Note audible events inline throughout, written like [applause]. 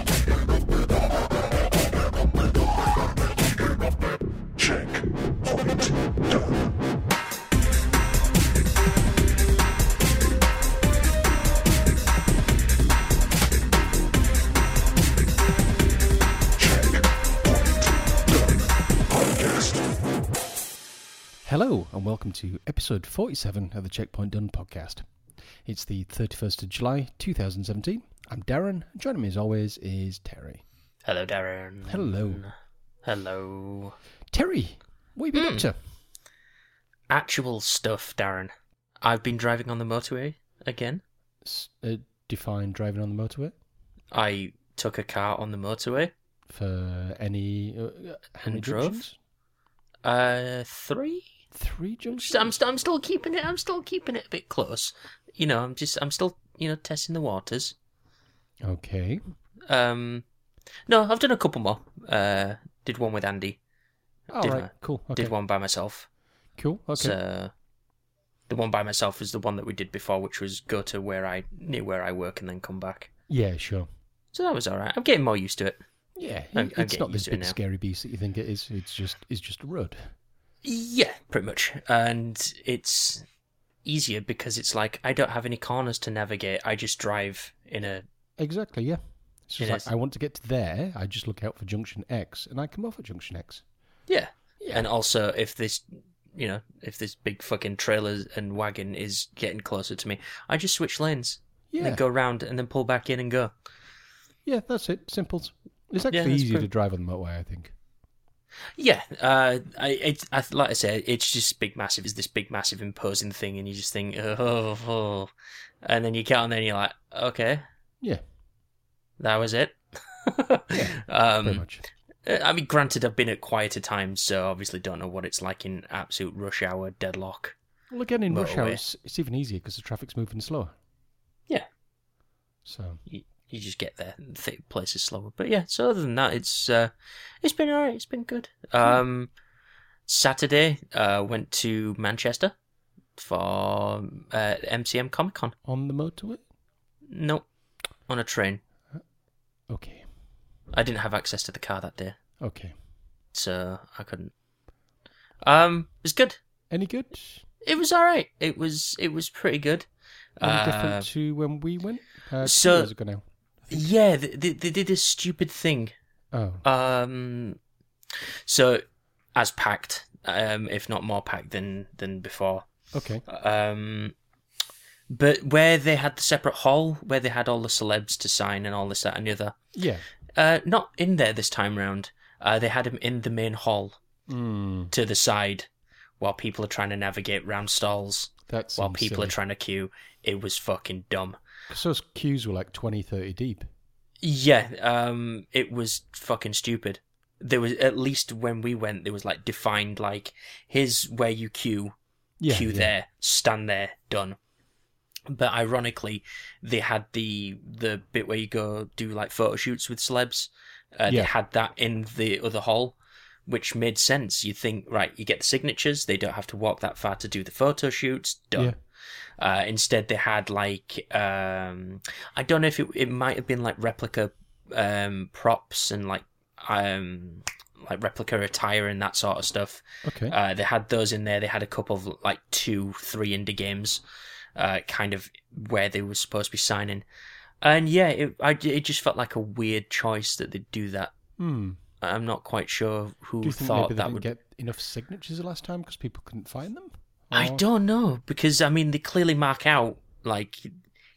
Uh, welcome to episode 47 of the Checkpoint Done podcast. It's the 31st of July 2017. I'm Darren. Joining me as always is Terry. Hello, Darren. Hello. Hello. Hmm. Terry, what have you been up to? Actual stuff, Darren. I've been driving on the motorway again. S- uh, define driving on the motorway I took a car on the motorway. for any. Uh, how many And drove? junctions? Uh, three. Three junctions? Just- I'm, st- I'm still keeping it. I'm still keeping it a bit close. You know, I'm just. I'm still. You know, testing the waters. Okay. Um, no, I've done a couple more. Uh, did one with Andy. All Did right, one. cool. Okay. Did one by myself. Cool. Okay. So the one by myself is the one that we did before, which was go to where I near where I work and then come back. yeah, sure. So that was all right. I'm getting more used to it. Yeah, I'm- it- I'm it's getting not this used to it big now. scary beast that you think it is. It's just it's just a road. Yeah, pretty much. And it's easier because it's like I don't have any corners to navigate. I just drive in a Exactly, yeah. It's just It like, is. I want to get to there. I just look out for junction X, and I come off at junction X. yeah. And also, if this you know if this big fucking trailer and wagon is getting closer to me, I just switch lanes and Yeah, then go round and then pull back in and go. yeah, that's it. Simples. It's actually that's easier pretty- to drive on the motorway, I think. Yeah, uh, I, it, I like I said, it's just big, massive. Is this big, massive, imposing thing, and you just think, oh, oh. and then you get on there, and you're like, okay, Yeah, that was it. pretty [laughs] um, much. I mean, granted, I've been at quieter times, so obviously don't know what it's like in absolute rush hour deadlock. Well, again, in rush hour, motorway. it's, it's even easier because the traffic's moving slower. Yeah. So You, you just get there, and th- places slower. But yeah, so other than that, it's uh, it's been alright. It's been good. Um, Saturday, uh, went to Manchester for uh, MCM Comic Con. on the motorway, Nope. On a train. okay, I didn't have access to the car that day, okay. so I couldn't. Um, it was good. Any good? It was all right. It was it was pretty good. Any Uh, different to when we went? Uh, two so- years ago now. Yeah, they, they, they did a stupid thing. Oh, Um, so as packed, um, if not more packed than than before. okay. Um, but where they had the separate hall, where they had all the celebs to sign and all this that and the other, Yeah. uh, not in there this time round. Uh, they had him in the main hall. Mm, to the side while people are trying to navigate round stalls, that's while people are trying to queue. It was fucking dumb. Because those queues were like 20, 30 deep. Yeah, um, it was fucking stupid. There was at least when we went, there was like defined like here's where you queue, Yeah. queue yeah. there, stand there, done. But ironically, they had the the bit where you go do like photo shoots with celebs. Uh, Yeah. They had that in the other hall, which made sense. You think right, you get the signatures. They don't have to walk that far to do the photo shoots. Done. Yeah. Uh, instead, they had like um, I don't know if it it might have been like replica um, props and like um, like replica attire and that sort of stuff. Okay. Uh, they had those in there. They had a couple of like two, three indie games, uh, kind of where they were supposed to be signing. And yeah, it I, it just felt like a weird choice that they'd do that. Hmm. I'm not quite sure who Do you think thought maybe they that didn't would. get enough signatures the last time because people couldn't find them? I Or- don't know because I mean they clearly mark out like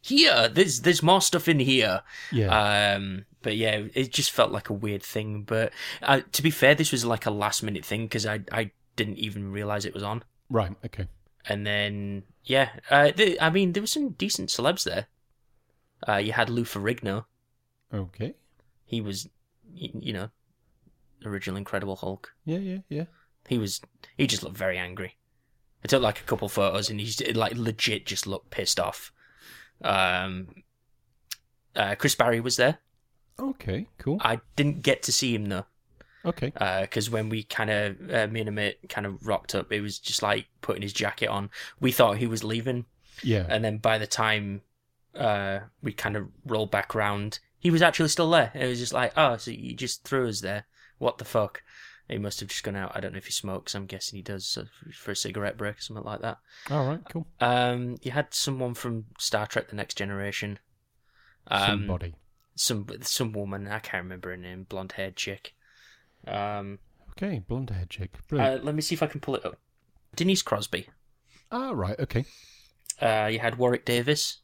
here. There's there's more stuff in here. Yeah. Um, but yeah, it just felt like a weird thing. But uh, to be fair, this was like a last minute thing because I I didn't even realize it was on. right. Okay. And then yeah, uh, th I mean there were some decent celebs there. Uh, you had Lou Ferrigno. Okay. He was, y- you know, original Incredible Hulk. Yeah. Yeah. Yeah. He was. He just looked very angry. I took like a couple photos, and he's like legit just looked pissed off. Um, uh, Chris Barry was there. Okay. Cool. I didn't get to see him though. Okay. because when we kind of uh, me and a mate kind of rocked up, it was just like putting his jacket on. We thought he was leaving, Yeah. and then by the time uh, we kind of rolled back round, he was actually still there. It was just like, oh, so you just threw us there? What the fuck? He must have just gone out. I don't know if he smokes. I'm guessing he does so f- for a cigarette break or something like that. All right. Cool. Um, you had someone from Star Trek: The Next Generation. Um, Somebody. some some woman. I can't remember her name. Blonde haired chick. Um, Okay. Blonde hair chick. Brilliant. uh, let me see if I can pull it up. Denise Crosby. Ah, right. Okay. Uh, you had Warwick Davis.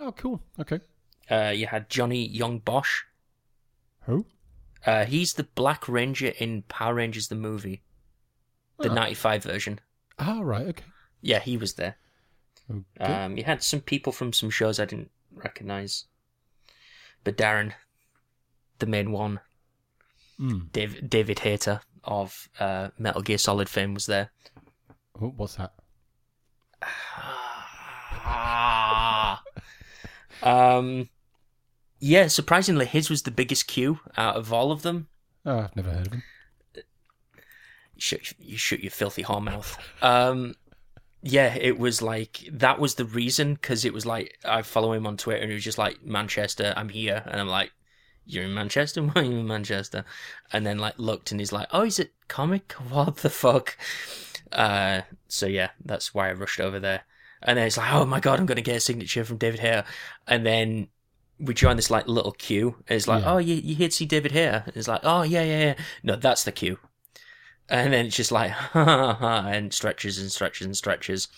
Oh, cool. Okay. Uh, you had Johnny Young Bosch. Who? Uh, he's the Black Ranger in Power Rangers the movie, the Ah. '95 version. Ah, right. Okay. Yeah, he was there. Okay. Um, you had some people from some shows I didn't recognize, but Darren, the main one, Mm. Dav- David Hayter of uh, Metal Gear Solid fame was there. Oh, what's that? um, yeah, surprisingly, his was the biggest queue out of all of them. Ah, I've never heard of him. Shut, you shut your filthy whore mouth. Um, yeah, it was like that was the reason because it was like I follow him on Twitter and he was just like Manchester, I'm here, and I'm like, you're in Manchester, [laughs] why are you in Manchester? And then like looked and he's like, oh, he's at Comic, [laughs] what the fuck? Uh, so yeah, that's why I rushed over there. And then it's like, oh my god, I'm gonna get a signature from David Hare. And then we join this like little queue. And it's like, Yeah. oh, you you here to see David Hare? And it's like, oh yeah, yeah, yeah. No, that's the queue. And then it's just like, [laughs] ha ha ha, and stretches and stretches and stretches.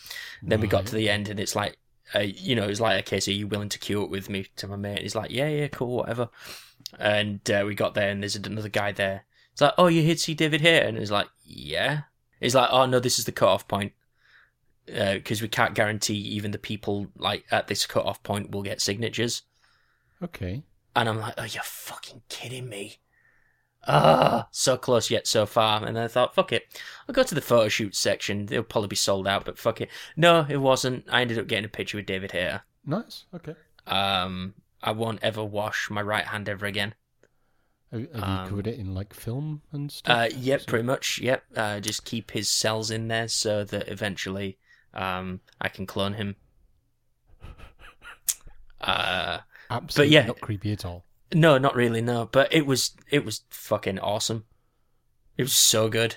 Then we got to the end, and it's like, uh, you know, it's like, okay, so are you willing to queue up with me to my mate? He's like, yeah, yeah, cool, whatever. And uh, we got there, and there's another guy there. It's like, oh, you here to see David here? And he's like, yeah. He's like, oh no, this is the cutoff point because we can't guarantee even the people like at this cutoff point will get signatures. Okay. And I'm like, oh, you're fucking kidding me. Ah, so close yet so far. And then I thought, fuck it. I'll go to the photo shoot section. They'll probably be sold out, but fuck it. No, it wasn't. I ended up getting a picture with David Hayter. Nice. Okay. Um, I won't ever wash my right hand ever again. Have, have Um, you covered it in like film and Uh, stuff? yep, So- pretty much. Yep. Uh, just keep his cells in there so that eventually, um, I can clone him. Uh, Absolutely yeah. not creepy at all. No, not really. No, but it was it was fucking awesome. It was so good.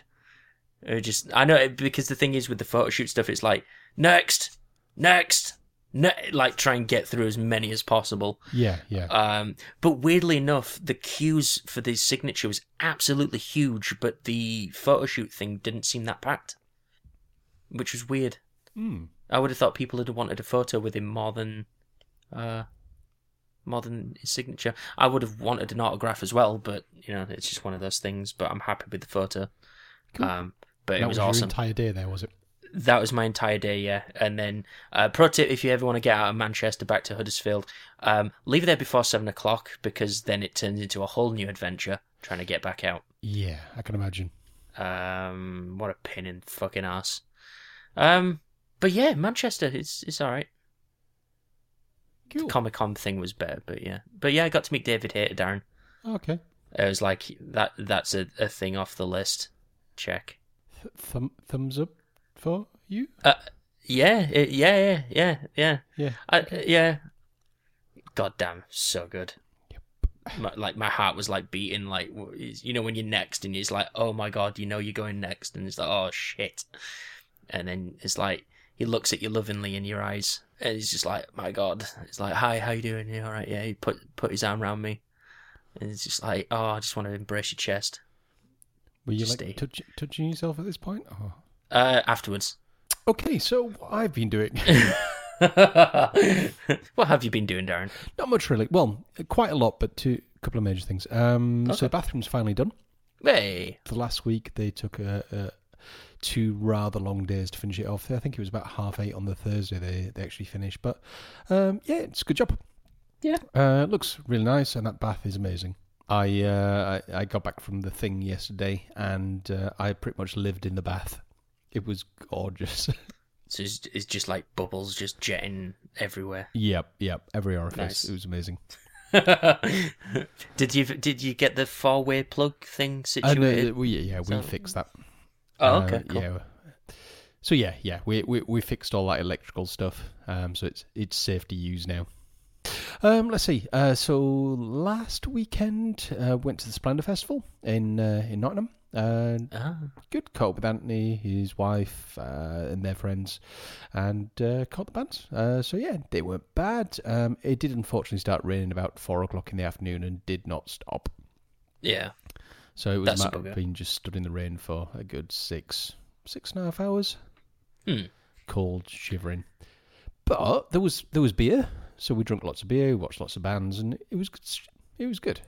It was just I know it, because the thing is with the photo shoot stuff, it's like next, next, ne-, like try and get through as many as possible. Yeah. Yeah. Um, but weirdly enough, the queues for the signature was absolutely huge, but the photo shoot thing didn't seem that packed, which was weird. mm. I would have thought people would have wanted a photo with him more than, uh, more than his signature. I would have wanted an autograph as well, but you know, it's just one of those things. But I'm happy with the photo. Cool. Um, but it that was, was, your awesome. entire day there, was it? that was my entire day, yeah. And then, uh, pro tip: if you ever want to get out of Manchester back to Huddersfield, um, leave there before seven o'clock because then it turns into a whole new adventure trying to get back out. Yeah, I can imagine. Um, what a pin in fucking ass. Um, but yeah, Manchester, it's it's all right. Cool. Comic Con thing was better, but yeah, but yeah, I got to meet David Hayter, Darren. okay. It was like that. That's a, a thing off the list. Check. Th- thumb, thumbs up for you. Yeah, it, yeah, yeah, yeah, yeah, Yeah. I, yeah. God damn, so good. My, like my heart was like beating, like w- is- you know when you're next and it's like, oh my god, you know you're going next, and it's like, oh shit, and then it's like he looks at you lovingly in your eyes, and he's just like, my god, it's like, hi, how you doing? You all right? Yeah, he put put his arm around me, and it's just like, oh, I just want to embrace your chest. Were you just like stay. touch, touching yourself at this point? Oh. Uh, afterwards, [laughs] Okay, so what I've been doing [laughs] what have you been doing, Darren? not much really. Well, quite a lot, but two couple of major things. Um, Okay. So the bathroom's finally done. Hey, The last week they took a, a two rather long days to finish it off. I think it was about half eight on the Thursday they, they actually finished. But um, yeah, it's a good job. Yeah. uh, it looks really nice, and that bath is amazing. I uh, I, I got back from the thing yesterday, and uh, I pretty much lived in the bath. It was gorgeous. [laughs] so it's, it's just like bubbles just jetting [laughs] everywhere. yep, yep, every orifice. Nice. It was amazing. did you did you get the four way plug thing And, uh, situated? we, yeah, we So- fixed that. oh, Uh, okay, cool. Yeah. So yeah, yeah, we, we we fixed all that electrical stuff, um, so it's it's safe to use now. Um, let's see. Uh, so last weekend uh, went to the Splendor Festival in uh, in Nottingham. Uh, Ah, good caught up with Anthony, his wife, uh, and their friends, and uh, caught the bands. Uh, so yeah, they weren't bad. Um, it did unfortunately start raining about four o'clock in the afternoon and did not stop. yeah. So it was That's a Matt bugger. being just stood in the rain for a good six, six and a half hours. Hmm. cold, shivering. But there was there was beer, so we drank lots of beer, watched lots of bands, and it was good. It was good.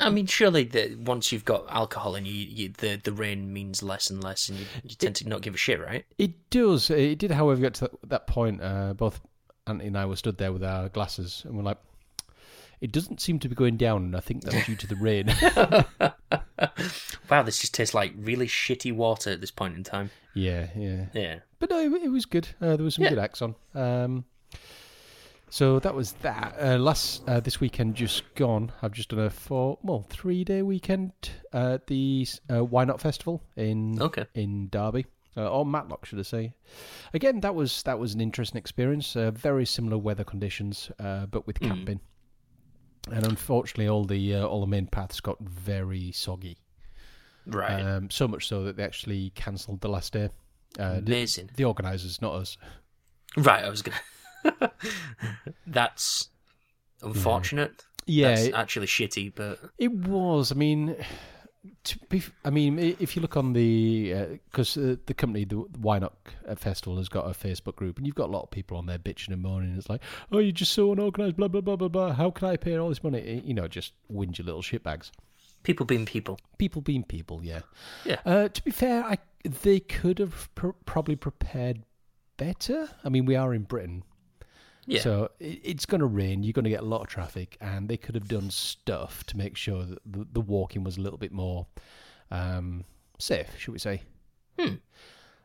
I mean, surely the, once you've got alcohol and you, you the the rain means less and less, and you, you tend to not give a shit, right? It does. It did, however, get to that, that point. Uh, both Anthony and I were stood there with our glasses, and we're like, "It doesn't seem to be going down." And I think that was due to the rain. Wow, this just tastes like really shitty water at this point in time. [laughs] yeah, yeah. Yeah. But no, it, it was good. Uh, there was some Yeah. good acts on. Um, so that was that. Uh, last uh, this weekend just gone. I've just done a four, well, three day weekend at the uh, Why Not Festival in Okay. in Derby uh, or Matlock, should I say? Again, that was that was an interesting experience. Uh, very similar weather conditions, uh, but with Mm. camping. And unfortunately, all the uh, all the main paths got very soggy. Right. Um, so much so that they actually cancelled the last day. Uh, the, Amazing. the organisers, not us. Right. I was gonna. [laughs] That's unfortunate. Yeah, That's it, actually shitty, but it was. I mean, to be, f- I mean, i- if you look on the because uh, the company, the Why Not uh, Festival, has got a Facebook group, and you've got a lot of people on there bitching and moaning. It's like, oh, you're just so unorganised, blah blah blah blah blah. How can I pay all this money? You know, just whinge your little shitbags. people being people. People being people, yeah. Yeah. Uh, to be fair, I, they could have pr- probably prepared better. I mean, we are in Britain, Yeah. So it, it's going to rain. You're going to get a lot of traffic, and they could have done stuff to make sure that the, the walking was a little bit more um, safe, should we say? Hmm.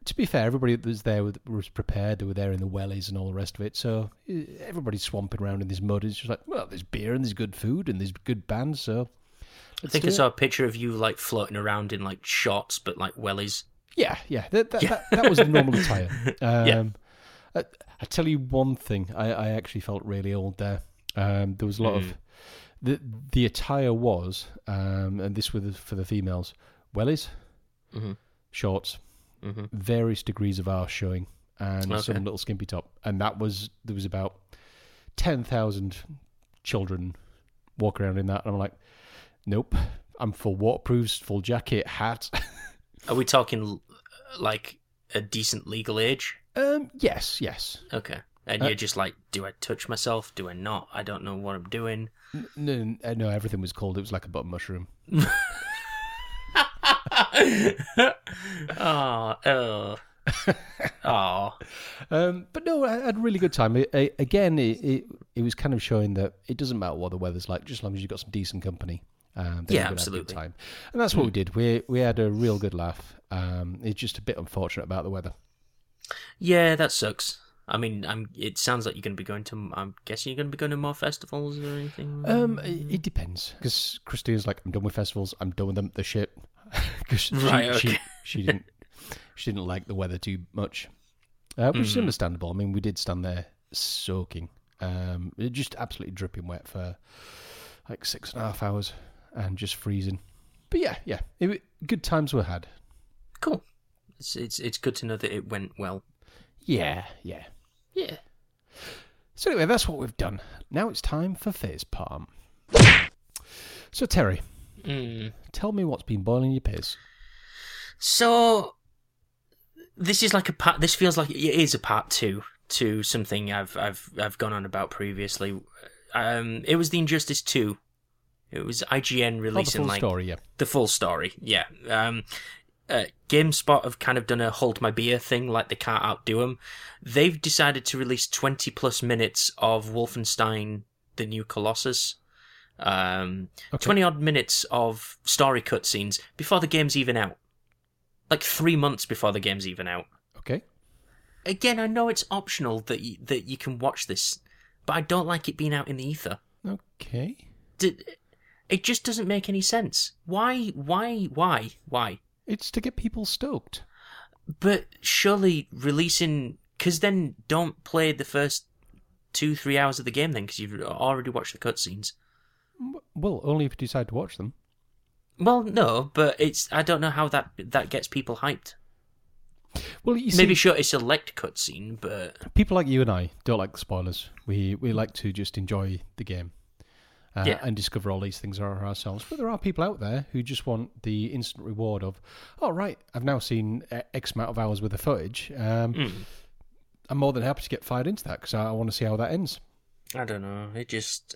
To be fair, everybody that was there with- was prepared. They were there in the wellies and all the rest of it. So eh, everybody's swamping around in this mud. It's just like, well, there's beer and there's good food and there's good bands. So I think I it's saw a picture of you like floating around in like shorts, but like wellies. Yeah, yeah. That that, that, that was the normal attire. Um, [laughs] Yeah. I, I tell you one thing. I, I actually felt really old there. Um, there was a lot Mm. of the the attire was, um, and this was for the females, wellies, Mhm. shorts, Mm-hmm. various degrees of arse showing, and Okay. some little skimpy top. And that was there was about ten thousand children walk around in that, and I'm like, nope. I'm full waterproofs, full jacket, hat. [laughs] Are we talking like a decent legal age? um, yes, yes. Okay. And Uh, you're just like, do I touch myself? Do I not? I don't know what I'm doing. N- No, n- uh, no, everything was cold. It was like a button mushroom. oh, oh, oh. Um, but no, I had a really good time. I I again, it, it it was kind of showing that it doesn't matter what the weather's like, just as long as you've got some decent company. Um, then Yeah, you're gonna have a good absolutely. Hmm. time. And that's what we did. We we had a real good laugh. Um, it's just a bit unfortunate about the weather. Yeah, that sucks. I mean, I'm. It sounds like you're going to be going to. I'm guessing you're going to be going to more festivals or anything. Um, it, it depends because Christina's like, I'm done with festivals. I'm done with them. They're shit. [laughs] 'Cause she, Right, she, okay. she didn't she didn't like the weather too much, uh, which Mm. is understandable. I mean, we did stand there soaking, um, it just absolutely dripping wet for like six and a half hours and just freezing. But yeah, yeah, it, wa- good times were had. cool. It's it's it's good to know that it went well. Yeah, yeah. Yeah. So anyway, that's what we've done. Now it's time for face palm. So Terry, Mm. tell me what's been boiling your piss. So this is like a part. This feels like it is a part two to something I've I've I've gone on about previously. Um, it was the Injustice Two. It was IGN Oh, the releasing full like story, yeah. the full story. Yeah. Um, uh, GameSpot have kind of done a hold my beer thing, like they can't outdo them. They've decided to release 20 plus minutes of Wolfenstein: The New Colossus. Um, Okay. 20 odd minutes of story cutscenes before the game's even out. Like three months before the game's even out. Okay. Again, I know it's optional that you, that you can watch this, but I don't like it being out in the ether. Okay. Did, it just doesn't make any sense. Why? Why? Why? Why? It's to get people stoked. But surely releasing, because then don't play the first two, three hours of the game then, because you've already watched the cutscenes. M- Well, only if you decide to watch them. Well, no, but it's I don't know how that that gets people hyped. Well, you Maybe see, sure it's a select cutscene, but people like you and I don't like spoilers. We we like to just enjoy the game uh, Yeah. and discover all these things are ourselves. But there are people out there who just want the e, instant reward of, oh right, I've now seen uh, X amount of hours worth of footage. Um, I'm more than happy to get fired into that because I, I want to see how that ends. I don't know. It just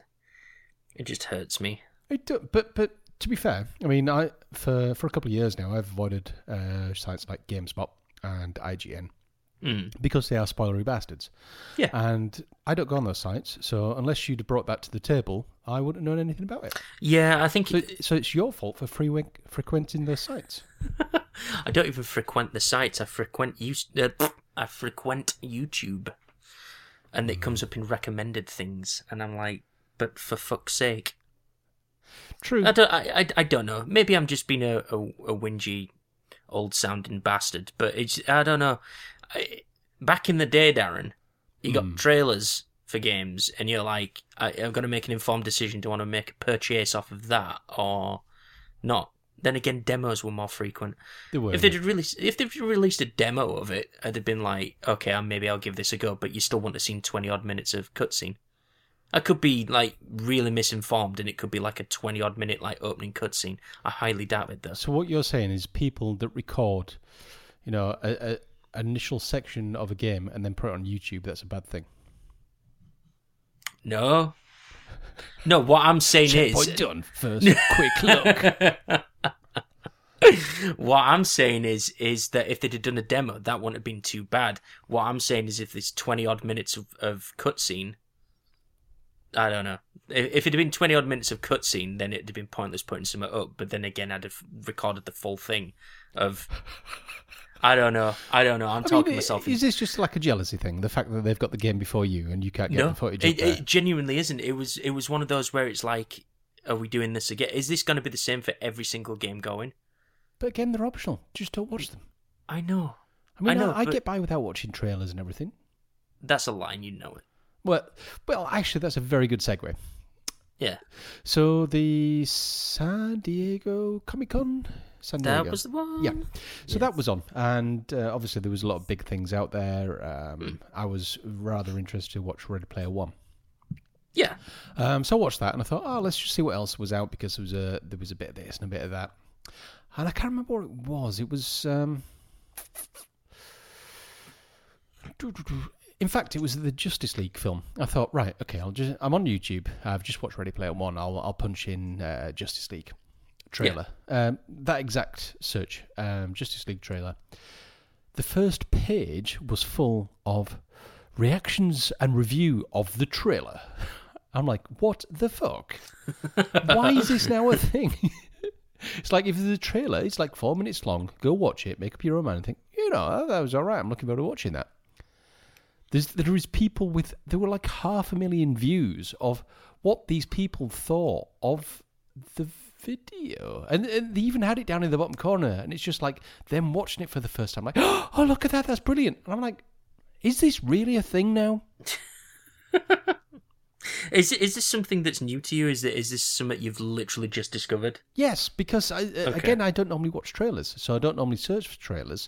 it just hurts me. It do, but but to be fair, I mean, I for for a couple of years now, I've avoided uh, sites like GameSpot and IGN Mm. because they are spoilery bastards. Yeah. And I don't go on those sites, so unless you'd have brought that to the table, I wouldn't have known anything about it. Yeah, I think So, it, so it's your fault for frequen- frequenting those sites. I don't even frequent the sites. I frequent you. Uh, I frequent YouTube, and it Hmm. comes up in recommended things, and I'm like, but for fuck's sake. True. I don't. I, I, I don't know. Maybe I'm just being a, a, a whingy, old sounding bastard. But it's. I don't know. I, back in the day, Darren, you got trailers for games, and you're like, I, I've got to make an informed decision. Do I want to make a purchase off of that or not? Then again, demos were more frequent. They were. If they'd released, if they'd released a demo of it, I'd have been like, okay, uh, maybe I'll give this a go. But you still want to see twenty odd minutes of cutscene. I could be like really misinformed, and it could be like a twenty odd minute like opening cutscene. I highly doubt it though. So what you're saying is people that record, you know, a, a an initial section of a game and then put it on YouTube. That's a bad thing. No, no. What I'm saying is, done. First, quick [laughs] look. what I'm saying is, is that if they'd have done a demo, that wouldn't have been too bad. What I'm saying is, if there's twenty odd minutes of, of cutscene, I don't know. If, if it had been twenty odd minutes of cutscene, then it'd have been pointless putting some up. But then again, I'd have recorded the full thing of. I don't know. I don't know. I'm I talking mean, myself. is this just like a jealousy thing? The fact that they've got the game before you and you can't get no, the footage. up it, there? it genuinely isn't. It was. It was one of those where it's like, are we doing this again? Is this going to be the same for every single game going? But again, they're optional. Just don't watch them. I know. I mean, I, I know, I but- get by without watching trailers and everything. That's a line. You know it. Well, well, actually, that's a very good segue. Yeah. So the San Diego Comic Con, San Diego. That was the one. Yeah. So that was on, and uh, obviously there was a lot of big things out there. Um, I was rather interested to watch Ready Player One, Yeah. um, so I watched that and I thought, oh, let's just see what else was out because there was a there was a bit of this and a bit of that, and I can't remember what it was. It was, um... in fact, it was the Justice League film. I thought, right, okay, I'll just I'm on YouTube. I've just watched Ready Player One. I'll I'll punch in uh, Justice League trailer. Um, that exact search, um, Justice League trailer. The first page was full of reactions and review of the trailer. I'm like, what the fuck? Why is this now a thing? [laughs] it's like if the trailer is like four minutes long, go watch it, make up your own mind, and think, you know, that was all right. I'm looking forward to watching that. There's, there is people with there were like half a million views of what these people thought of the video, and, and they even had it down in the bottom corner, and it's just like them watching it for the first time, like, [gasps] oh look at that, that's brilliant, and I'm like, is this really a thing now? Is is this something that's new to you? Is it is this something you've literally just discovered? Yes, because I, uh again, I don't normally watch trailers, so I don't normally search for trailers.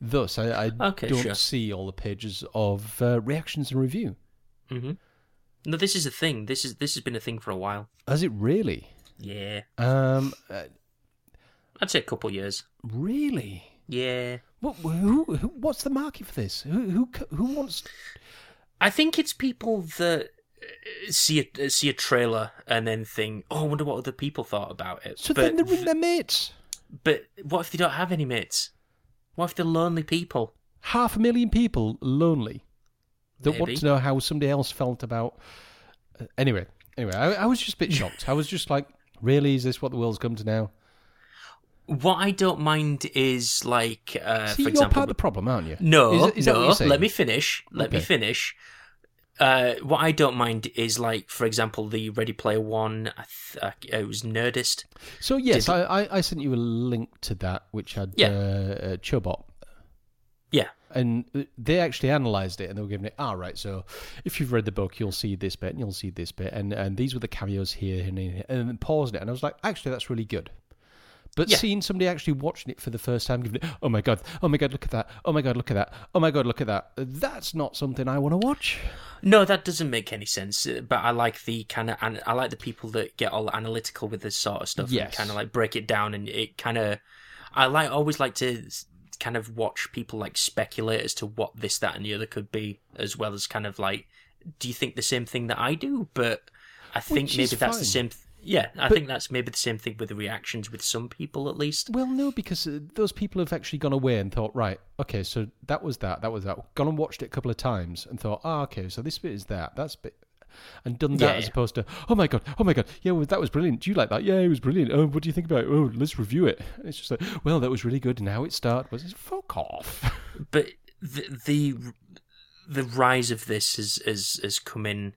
Thus, I, I Okay, don't sure. see all the pages of uh, reactions and review. Mm-hmm. No, this is a thing. This is this has been a thing for a while. Has it really? Yeah, Um, uh, I'd say a couple years. really? Yeah, What? Who, who? What's the market for this? Who? Who? c- Who wants? I think it's people that uh, see a see a trailer and then think, "Oh, I wonder what other people thought about it." So but then they're in their mates. but what if they don't have any mates? What if they're lonely people? Half a million people lonely that want Maybe. to know how somebody else felt about. Uh, anyway, anyway, I, I was [laughs] just a bit shocked. I was just like, really? Is this what the world's come to now? What I don't mind is like, uh, See, for you're example, part of the problem, aren't you? No, Is- is that what no. you're saying? Let me finish. Let me Okay. finish. Uh, what I don't mind is like, for example, the Ready Player One. I th- uh, it was Nerdist. So yes, Did- I, I I sent you a link to that, which had Yeah. uh, uh, Chobot, Yeah, and they actually analysed it, and they were giving it. All right, so if you've read the book, you'll see this bit, and you'll see this bit, and and these were the cameos here, and and, and then pausing it, and I was like, actually, that's really good. But Yeah. seeing somebody actually watching it for the first time, giving it, oh my god, oh my god, look at that, oh my god, look at that, oh my god, look at that. That's not something I want to watch. no, that doesn't make any sense. uh, But I like the kind of, an- I like the people that get all analytical with this sort of stuff. Yes. and kind of like break it down, and it kind of, I like always like to s- kind of watch people like speculate as to what this, that, and the other could be, as well as kind of like, do you think the same thing that I do? But I think Which is maybe that's the fine. same. Th- yeah, I But- think that's maybe the same thing with the reactions with some people, at least. Well, no, because uh, those people have actually gone away and thought, right, okay, so that was that, that was that. Gone and watched it a couple of times and thought, ah, okay, so this bit is that, that's bit, and done that Yeah. as opposed to, oh my god, oh my god, yeah, well, that was brilliant. Do you like that? Yeah, it was brilliant. Oh, what do you think about it? Oh, let's review it. And it's just like, well, that was really good, and how it started was fuck off. [laughs] but the the the rise of this has has, has come in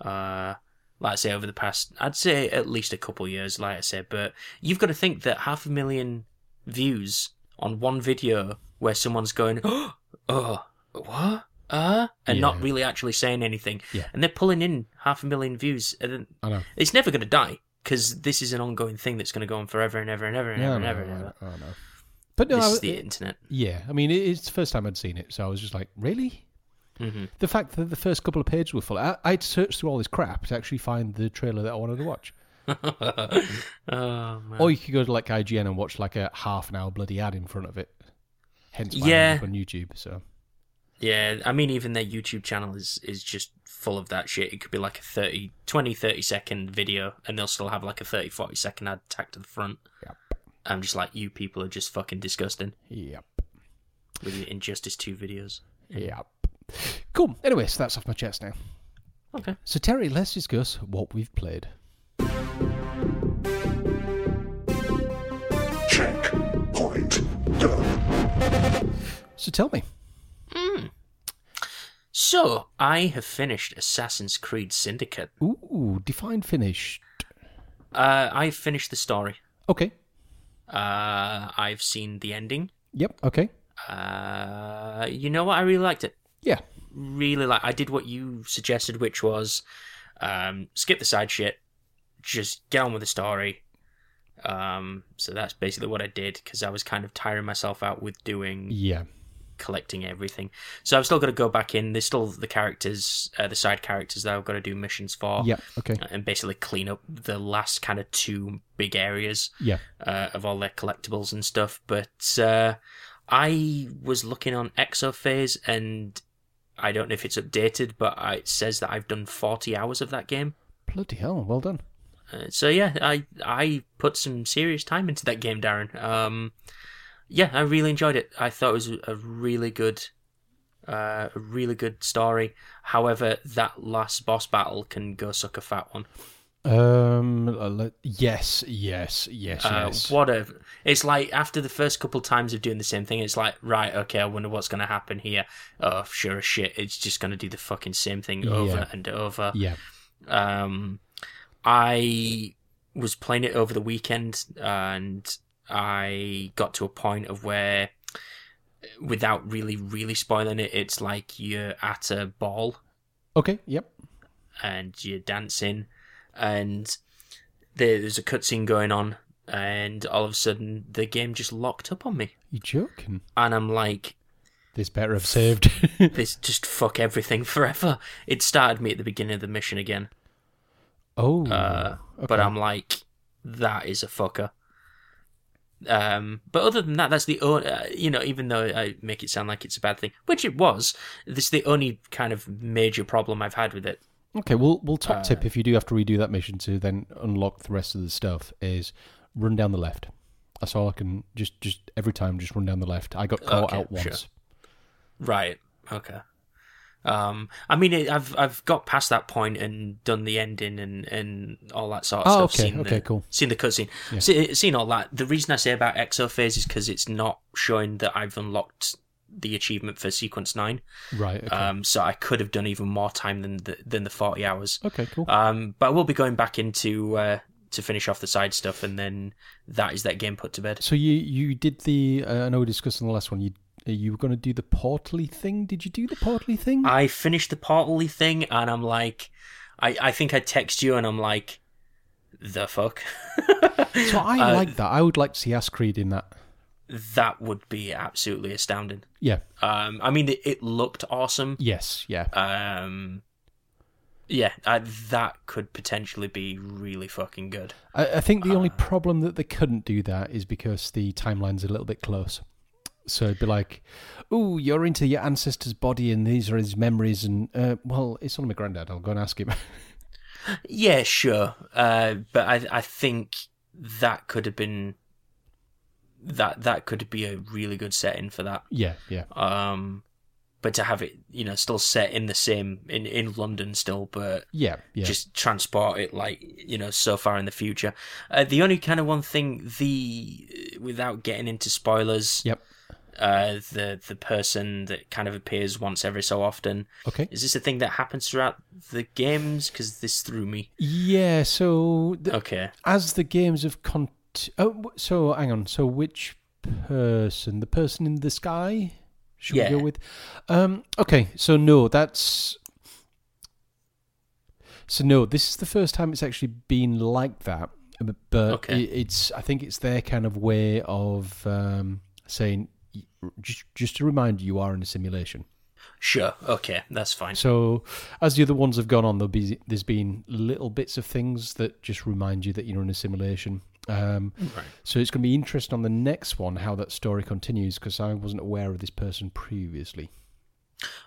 uh like I say over the past I'd say at least a couple of years, like I said, but you've got to think that half a million views on one video where someone's going, [gasps] Oh, what? Uh and not Yeah. really actually saying anything. Yeah. And they're pulling in half a million views and then I know. it's never gonna die. Because this is an ongoing thing that's going to go on forever and ever and ever and Yeah, ever I and know, I ever. And know, ever. I know. But no, this I- is the [laughs] internet. [laughs] yeah, I mean, it- it's the first time I'd seen it, so I was just like, really? hmm The fact that the first couple of pages were full, I, I'd searched through all this crap to actually find the trailer that I wanted to watch. oh man. Or you could go to like IGN and watch like a half an hour bloody ad in front of it. Hence why Yeah. yeah. up on YouTube. So Yeah, I mean, even their YouTube channel is, is just full of that shit. It could be like a 30, 20, 30 second video, and they'll still have like a 30, 40 second ad tacked to the front. Yep. I'm just like, you people are just fucking disgusting yep, with your Injustice 2 videos. yep. Cool. Anyway, so that's off my chest now. Okay. So Terry, let's discuss what we've played. Check. Point. Go. So tell me. So, I have finished Assassin's Creed Syndicate. Ooh, defined finish. Uh, I finished the story. Okay. Uh, I've seen the ending. Yep. Okay. Uh, you know what? I really liked it. Yeah. really like I did what you suggested, which was um, skip the side shit, just get on with the story. Um, so that's basically what I did because I was kind of tiring myself out with doing Yeah. collecting everything. So I've still got to go back in. There's still the characters, uh, the side characters that I've got to do missions for, Yep. Okay. and basically clean up the last kind of two big areas Yeah. uh, of all their collectibles and stuff. But uh, I was looking on Exophase, and I don't know if it's updated, but I, it says that I've done 40 hours of that game. Bloody hell. Well done. Uh, so yeah, I I put some serious time into that game, Darren. Um, yeah, I really enjoyed it. I thought it was a really good, uh, a really good story. However, that last boss battle can go suck a fat one. Um. uh, let- yes. Yes. Yes. Uh, yes. what a it's like after the first couple times of doing the same thing it's like right okay i wonder what's going to happen here oh sure as shit it's just going to do the fucking same thing over Yeah. and over Yeah. um i was playing it over the weekend and i got to a point of where without really really spoiling it it's like you're at a ball Okay. Yep. and you're dancing, and there, there's a cutscene going on, and all of a sudden the game just locked up on me, You joking? and I'm like, This better have saved. [laughs] this just fuck everything [laughs] forever. It started me at the beginning of the mission again, oh. uh, but okay. I'm like, that is a fucker. Um, but other than that, that's the only, uh, you know, even though I make it sound like it's a bad thing, which it was, this is the only kind of major problem I've had with it. Okay, well, well, uh, top tip if you do have to redo that mission to then unlock the rest of the stuff is run down the left. That's all I can just just every time just run down the left. I got caught Okay, out sure. once. Right. Okay. Um, I mean, it, I've I've got past that point and done the ending and, and all that sort of Oh, stuff. okay, seen okay, the, cool. Seen the cutscene. See, seen all that. The reason I say about Exophase is because it's not showing that I've unlocked the achievement for Sequence Nine. Right. Okay. Um, so I could have done even more time than the, than the forty hours. okay. Cool. Um, but I will be going back into uh, to finish off the side stuff, and then that is that game put to bed. so you you did the uh, I know we discussed in the last one you you were going to do the portly thing. Did you do the portly thing? I finished the portally thing and I'm like I, I think I text you and I'm like the fuck [laughs] so I like that. I would like to see Ascreed in that. that would be absolutely astounding. Yeah. Um I mean it, it looked awesome. Yes. Yeah. Um yeah, I, that could potentially be really fucking good. I, I think the only problem that they couldn't do that is because the timeline's a little bit close. So it'd be like, "Ooh, you're into your ancestor's body, and these are his memories." And uh, well, it's on my granddad. I'll go and ask him. [laughs] Yeah, sure. Uh, but I I think that could have been that that could be a really good setting for that. yeah, yeah, Um, but to have it, you know, still set in the same in in London still, but yeah, yeah. just transport it like you know so far in the future. Uh, the only kind of one thing the uh, without getting into spoilers. Yep. Uh, the the person that kind of appears once every so often okay. is this a thing that happens throughout the games? Because this threw me. Yeah. So th- Okay. as the games have con, oh, w- so hang on. So which person? The person in the sky? Should Yeah. we go with? Um. Okay. So no, that's. So no, this is the first time it's actually been like that. uh, b- But Okay. i- it's, I think it's their kind of way of um, saying, y- just, just to remind you, you are in a simulation. Sure. Okay, that's fine. So, as the other ones have gone on, there'll be there's been little bits of things that just remind you that you're in a simulation. Um, Right. So it's going to be interesting on the next one how that story continues because I wasn't aware of this person previously.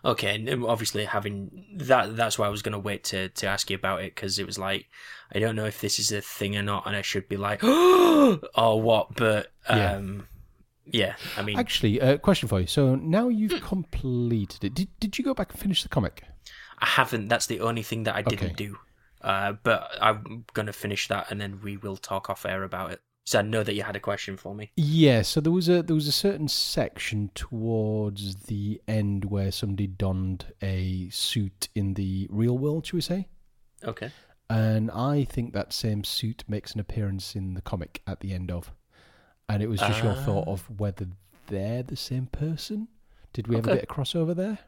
Okay, and um, obviously having that that's why I was going to wait to to ask you about it cuz it was like I don't know if this is a thing or not and I should be like [gasps] or what, but Yeah. um yeah, I mean Actually, uh, question for you. So now you've completed it. Did did you go back and finish the comic? I haven't that's the only thing that I didn't Okay. do. Uh but I'm going to finish that and then we will talk off air about it. So I know that you had a question for me. Yeah. So there was a there was a certain section towards the end where somebody donned a suit in the real world, shall we say? Okay. and I think that same suit makes an appearance in the comic at the end of. And it was just your Ah. thought of whether they're the same person. Did we have a Okay. bit of crossover there?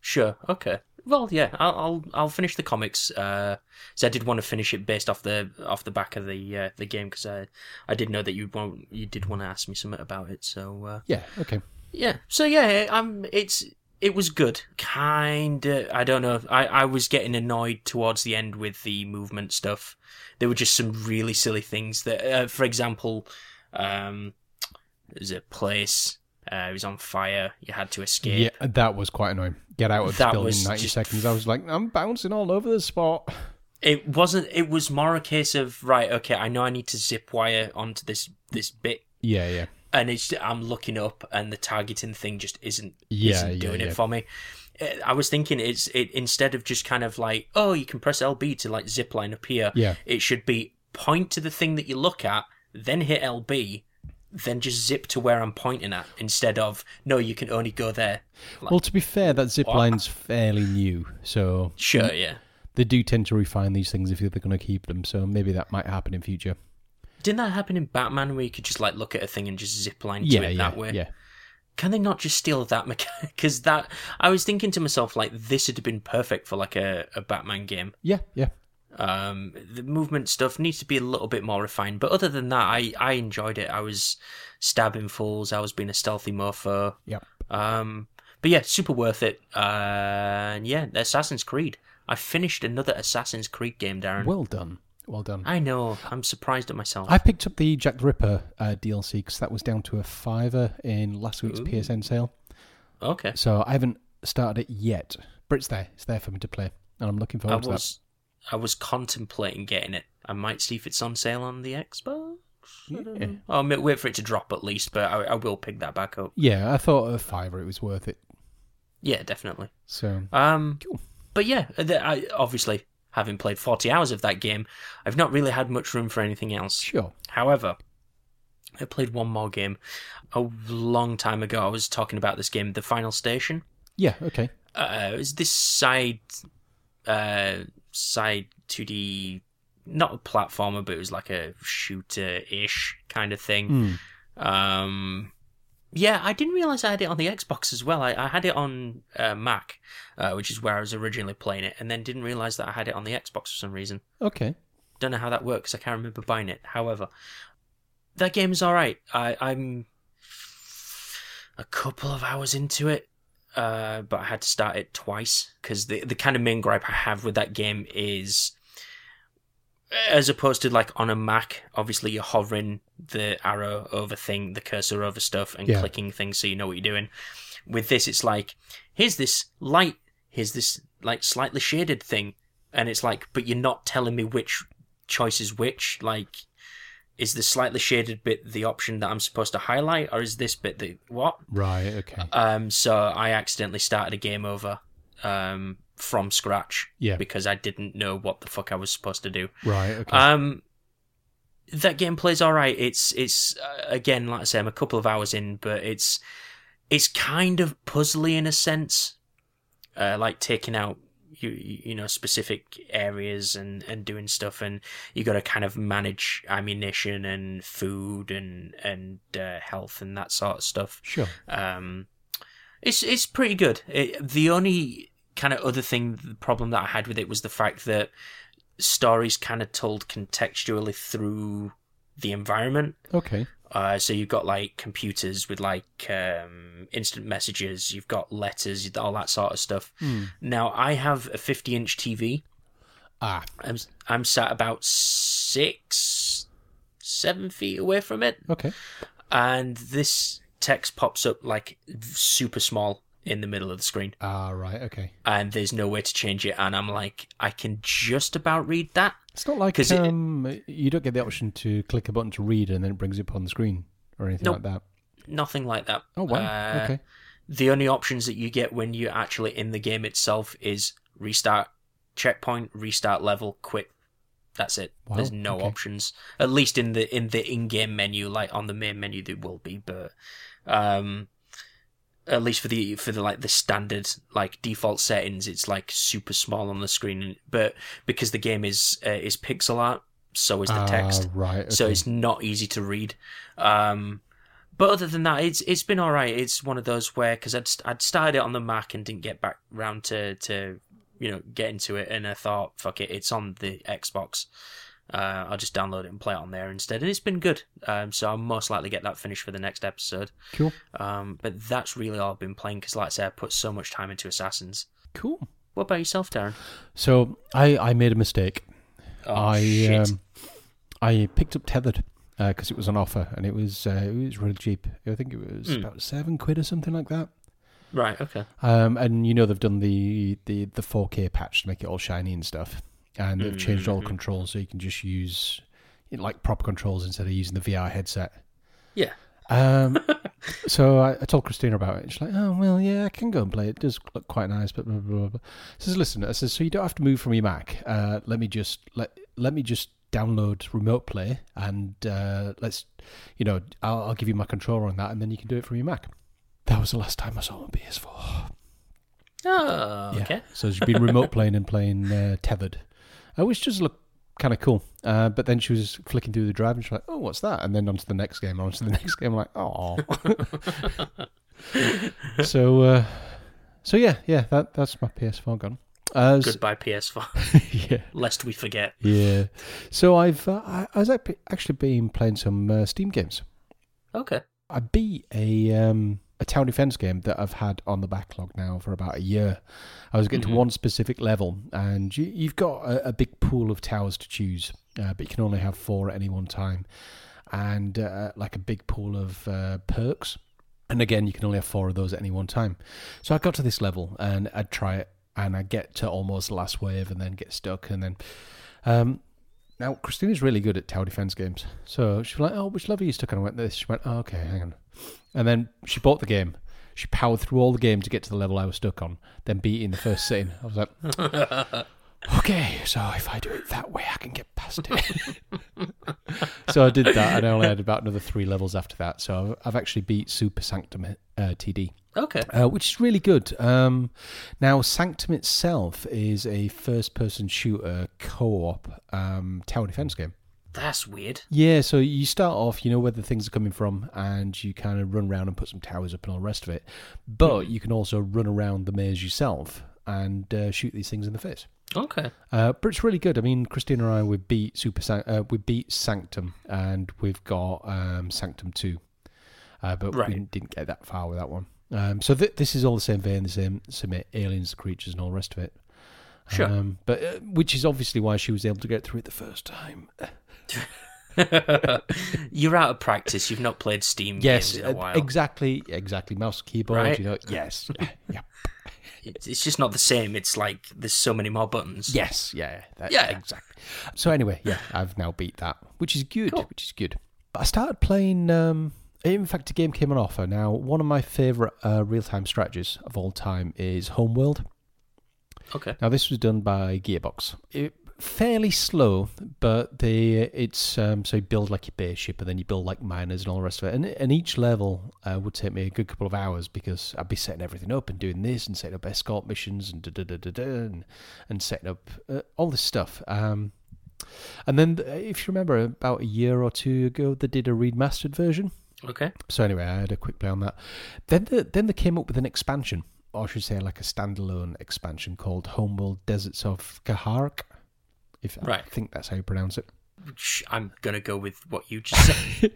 Sure. Okay. Well, yeah, I'll I'll, I'll finish the comics. Uh, so I did want to finish it based off the off the back of the uh, the game because I I did know that you want you did want to ask me something about it. So uh, Yeah. Okay. yeah. So yeah, I'm it's it was good. Kind of. I don't know. I I was getting annoyed towards the end with the movement stuff. There were just some really silly things that, uh, for example, um, there's a place. Uh, it was on fire. You had to escape. Yeah, that was quite annoying. Get out of That this building was in ninety just- seconds. I was like, I'm bouncing all over the spot. it wasn't it was more a case of right okay i know i need to zip wire onto this this bit Yeah. Yeah. and it's i'm looking up and the targeting thing just isn't Yeah, isn't yeah, doing yeah. it for me Uh, i was thinking it's it instead of just kind of like oh you can press lb to like zip line up here Yeah. it should be point to the thing that you look at then hit lb then just zip to where i'm pointing at instead of no you can only go there Well, to be fair, that zip line's fairly new, so sure yeah they do tend to refine these things if they're going to keep them. So maybe that might happen in future. didn't that happen in batman where you could just like look at a thing and just zip line to Yeah. it Yeah. that way Yeah. can they not just steal that [laughs] mechanic? Because that I was thinking to myself, like this would have been perfect for like a, a Batman game. Yeah. Yeah. Um, the movement stuff needs to be a little bit more refined, but other than that, I I enjoyed it. I was stabbing fools. I was being a stealthy mofo. Yep. Um, but yeah, super worth it. Uh, and yeah, Assassin's Creed. I finished another Assassin's Creed game, Darren. Well done. Well done. I know. I'm surprised at myself. I picked up the Jack the Ripper uh, DLC because that was down to a fiver in last week's PSN sale. Okay. So I haven't started it yet, but it's there. It's there for me to play, and I'm looking I forward to that. was I was contemplating getting it. I might see if it's on sale on the Xbox. I don't Yeah. know. I'll ma- wait for it to drop at least, but I, I will pick that back up. Yeah, I thought a fiver it was worth it. Yeah, definitely. So Um, Cool. but yeah, the, I, obviously having played forty hours of that game, I've not really had much room for anything else. sure. However, I played one more game a long time ago. I was talking about this game, The Final Station. Yeah. Okay. uh, it was this side uh side 2d not a platformer but it was like a shooter-ish kind of thing Mm. um yeah i didn't realize i had it on the xbox as well i, I had it on uh, mac uh, which is where i was originally playing it and then didn't realize that i had it on the xbox for some reason Okay. don't know how that works. I can't remember buying it. However, that game is all right. I, I'm a couple of hours into it, uh, but I had to start it twice because the the kind of main gripe I have with that game is, as opposed to like on a Mac, obviously you're hovering the arrow over thing, the cursor over stuff, and Yeah. clicking things so you know what you're doing. With this, it's like here's this light, here's this like slightly shaded thing, and it's like, but you're not telling me which choice is which. Like, is the slightly shaded bit the option that I'm supposed to highlight, or is this bit the what? Right. Okay. Um, so I accidentally started a game over um, from scratch Yeah. because I didn't know what the fuck I was supposed to do. Right. Okay. Um, that game plays all right. It's it's uh, again, like I say, I'm a couple of hours in, but it's it's kind of puzzly in a sense, uh, like taking out you you know specific areas and and doing stuff, and you got to kind of manage ammunition and food and and uh, health and that sort of stuff. sure. Um, it's it's pretty good. It, the only kind of other thing, the problem that I had with it was the fact that stories kind of told contextually through the environment. Okay. Uh, so you've got like computers with like um, instant messages. You've got letters, all that sort of stuff. Hmm. Now I have a 50-inch TV. Ah. I'm I'm sat about six, seven feet away from it Okay. and this text pops up like super small in the middle of the screen Ah. Right. Okay. and there's no way to change it and i'm like i can just about read that It's not like 'Cause it- um, you don't get the option to click a button to read and then it brings it up on the screen or anything Nope. like that. nothing like that Oh wow. Uh, okay. the only options that you get when you're actually in the game itself is restart checkpoint restart level quit that's it Wow, there's no okay. options at least in the in the in-game menu like on the main menu there will be but um at least for the for the like the standard like default settings it's like super small on the screen but because the game is uh, is pixel art so is the Ah, text Right. Okay. so it's not easy to read. Um, but other than that, it's it's been all right. It's one of those where because I'd I'd started it on the Mac and didn't get back round to to you know get into it, and I thought fuck it, it's on the Xbox. Uh, I'll just download it and play it on there instead, and it's been good. Um, so I'll most likely get that finished for the next episode. cool. Um, but that's really all I've been playing because, like I said, I put so much time into Assassins. Cool. What about yourself, Darren? So I I made a mistake. Oh I shit! Um, I picked up tethered because it was on offer and it was uh, it was really cheap. I think it was Mm. about seven quid or something like that. right, okay. Um, and you know they've done the the the 4K patch to make it all shiny and stuff, and they've changed all the controls so you can just use you know, like proper controls instead of using the VR headset. Yeah. Um, so I, I told Christina about it. She's like, "Oh well, yeah, I can go and play. It does look quite nice." But blah, blah, blah, blah. I says, "Listen, I says, so you don't have to move from your Mac. Uh, let me just let let me just download Remote Play, and uh, let's, you know, I'll, I'll give you my controller on that, and then you can do it from your Mac." That was the last time I saw my PS4. Oh, Yeah. okay. So she's been remote playing and playing uh, tethered, uh, which does look kind of cool. Uh, but then she was flicking through the drive and she's like, "Oh, what's that?" And then onto the next game, onto the [laughs] next game. I'm like, "Oh." so, uh, so yeah, yeah, that that's my PS4 gone. Uh, s- Goodbye PS4, [laughs] yeah, [laughs] lest we forget. yeah. So I've uh, I, I was ac- actually been playing some uh, Steam games. Okay. I beat a um, a town defense game that I've had on the backlog now for about a year. I was getting Mhm. to one specific level, and you, you've got a, a big pool of towers to choose, uh, but you can only have four at any one time, and uh, like a big pool of uh, perks. And again, you can only have four of those at any one time. So I got to this level, and I'd try it, and I get to almost the last wave, and then get stuck, and then. Um, now, Christina's really good at tower defense games. So she was like, oh, which level are you stuck on? I went, this. She went, oh, okay, hang on. And then she bought the game. She powered through all the game to get to the level I was stuck on, then beat it in the first sitting. I was like, okay, so if I do it that way, I can get past it. [laughs] so I did that, and I only had about another three levels after that. So I've actually beat Super Sanctum uh, TD Okay. uh, which is really good. Um, now, Sanctum itself is a first person shooter co op um, tower defense game. That's weird. Yeah, so you start off, you know where the things are coming from, and you kind of run around and put some towers up and all the rest of it. But Hmm. you can also run around the maze yourself and uh, shoot these things in the face. Okay. Uh, but it's really good. I mean, Christina and I we beat Super San- uh, we beat Sanctum, and we've got um, Sanctum Two, uh, but Right. we didn't- didn't get that far with that one. Um, so th- this is all the same vein, the same, same aliens, the creatures, and all the rest of it. Sure. Um, but uh, which is obviously why she was able to get through it the first time. You're out of practice. You've not played Steam Yes, games in a uh, while. exactly, exactly. Mouse keyboard, Right? you know. [laughs] Yes, yeah, yeah. It's it's just not the same. It's like there's so many more buttons. yes, yeah, that- Yeah. exactly. So anyway, yeah, I've now beat that, which is good, Cool. which is good. But I started playing. Um, in fact, a game came on offer. Now, one of my favorite uh, real-time strategies of all time is Homeworld. Okay. Now, this was done by Gearbox. It, fairly slow, but they it's um, so you build like your base ship, and then you build like miners and all the rest of it. And and each level uh, would take me a good couple of hours because I'd be setting everything up and doing this and setting up escort missions and da da da da da and, and setting up uh, all this stuff. Um, and then, uh, if you remember, about a year or two ago, they did a remastered version. Okay. So anyway, I had a quick play on that. Then the, then they came up with an expansion, or I should say like a standalone expansion called Homeworld Deserts of Kaharak. If I Right. think that's how you pronounce it. Sh- I'm gonna go with what you just said.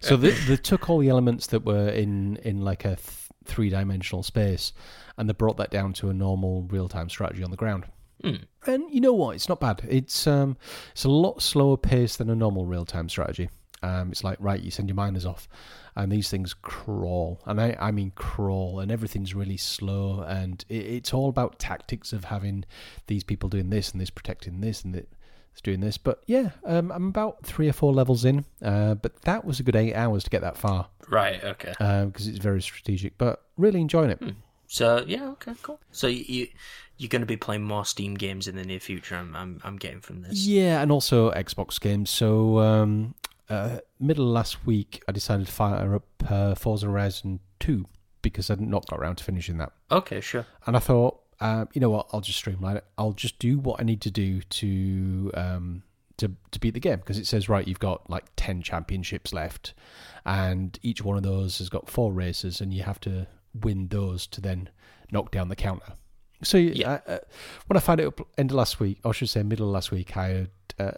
So they, they took all the elements that were in in like a th- three dimensional space, and they brought that down to a normal real time strategy on the ground. [laughs] Hmm. And you know what? It's not bad. It's um, it's a lot slower pace than a normal real time strategy. Um, it's like right, you send your miners off, and these things crawl, and I, I mean crawl, and everything's really slow, and it, it's all about tactics of having these people doing this and this protecting this and that's doing this. But yeah, um, I'm about three or four levels in, uh, but that was a good eight hours to get that far right. Okay. because it's very strategic. But really enjoying it. So yeah. Okay. Cool. So you, you you're gonna be playing more Steam games in the near future. I'm I'm, I'm getting from this. Yeah, and also Xbox games. So um, uh, middle of last week, I decided to fire up uh, Forza Horizon Two because I'd not got around to finishing that, Okay. Sure. and I thought, um, you know what, I'll just streamline it. I'll just do what I need to do to um, to to beat the game because it says right, you've got like ten championships left, and each one of those has got four races, and you have to win those to then knock down the counter. So yeah, Yeah. uh, when I found it up end of last week, or I should say middle of last week, I had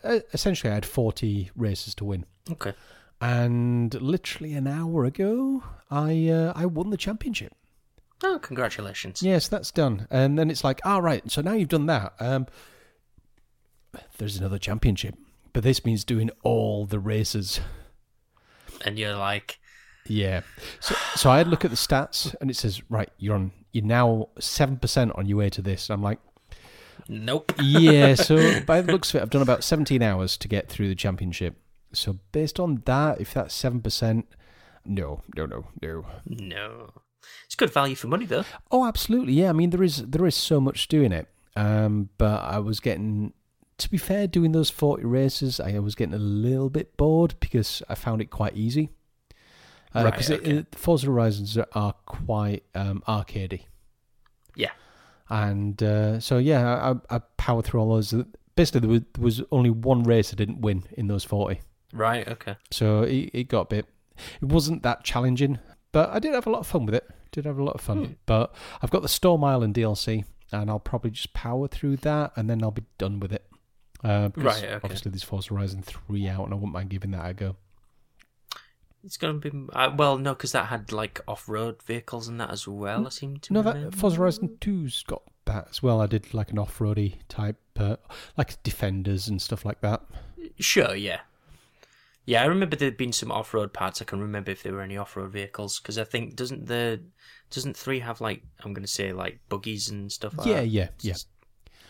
uh, essentially I had forty races to win, Okay. and literally an hour ago, I uh, I won the championship. Oh, congratulations. Yes, that's done, and then it's like, all right, so now you've done that. Um, there's another championship, but this means doing all the races. And you're like, Yeah. So, so I had a look at the stats, and it says, right, you're on, you're now seven percent on your way to this. And I'm like. nope. yeah, so by the looks of it, I've done about 17 hours to get through the championship. So based on that, if that's 7%, no, no, no, no. No. It's good value for money though. Oh, absolutely. Yeah, I mean there is there is so much doing it. Um, but I was getting to be fair doing those 40 races, I was getting a little bit bored because I found it quite easy. Uh, Right, 'cause it- okay. it- Forza Horizons are quite um, arcadey. Yeah. and uh, so yeah, I, I powered through all those. Basically, there was, there was only one race I didn't win in those forty, Right. Okay. so it, it got a bit. It wasn't that challenging, but I did have a lot of fun with it. Did have a lot of fun, Hmm. but I've got the Storm Island DLC, and I'll probably just power through that, and then I'll be done with it. Uh, because Right, okay. Obviously, there's Forza Horizon three out, and I wouldn't mind giving that a go. It's gonna be uh, well, no, because that had like off-road vehicles and that as well. I seem to No, remember. that Forza Horizon 2's got that as well. I did like an off-roady type, uh, like defenders and stuff like that. Sure, yeah. Yeah, I remember there'd been some off-road parts. I can remember if there were any off-road vehicles because I think doesn't the doesn't three have like I'm gonna say like buggies and stuff like Yeah, that. yeah, yeah.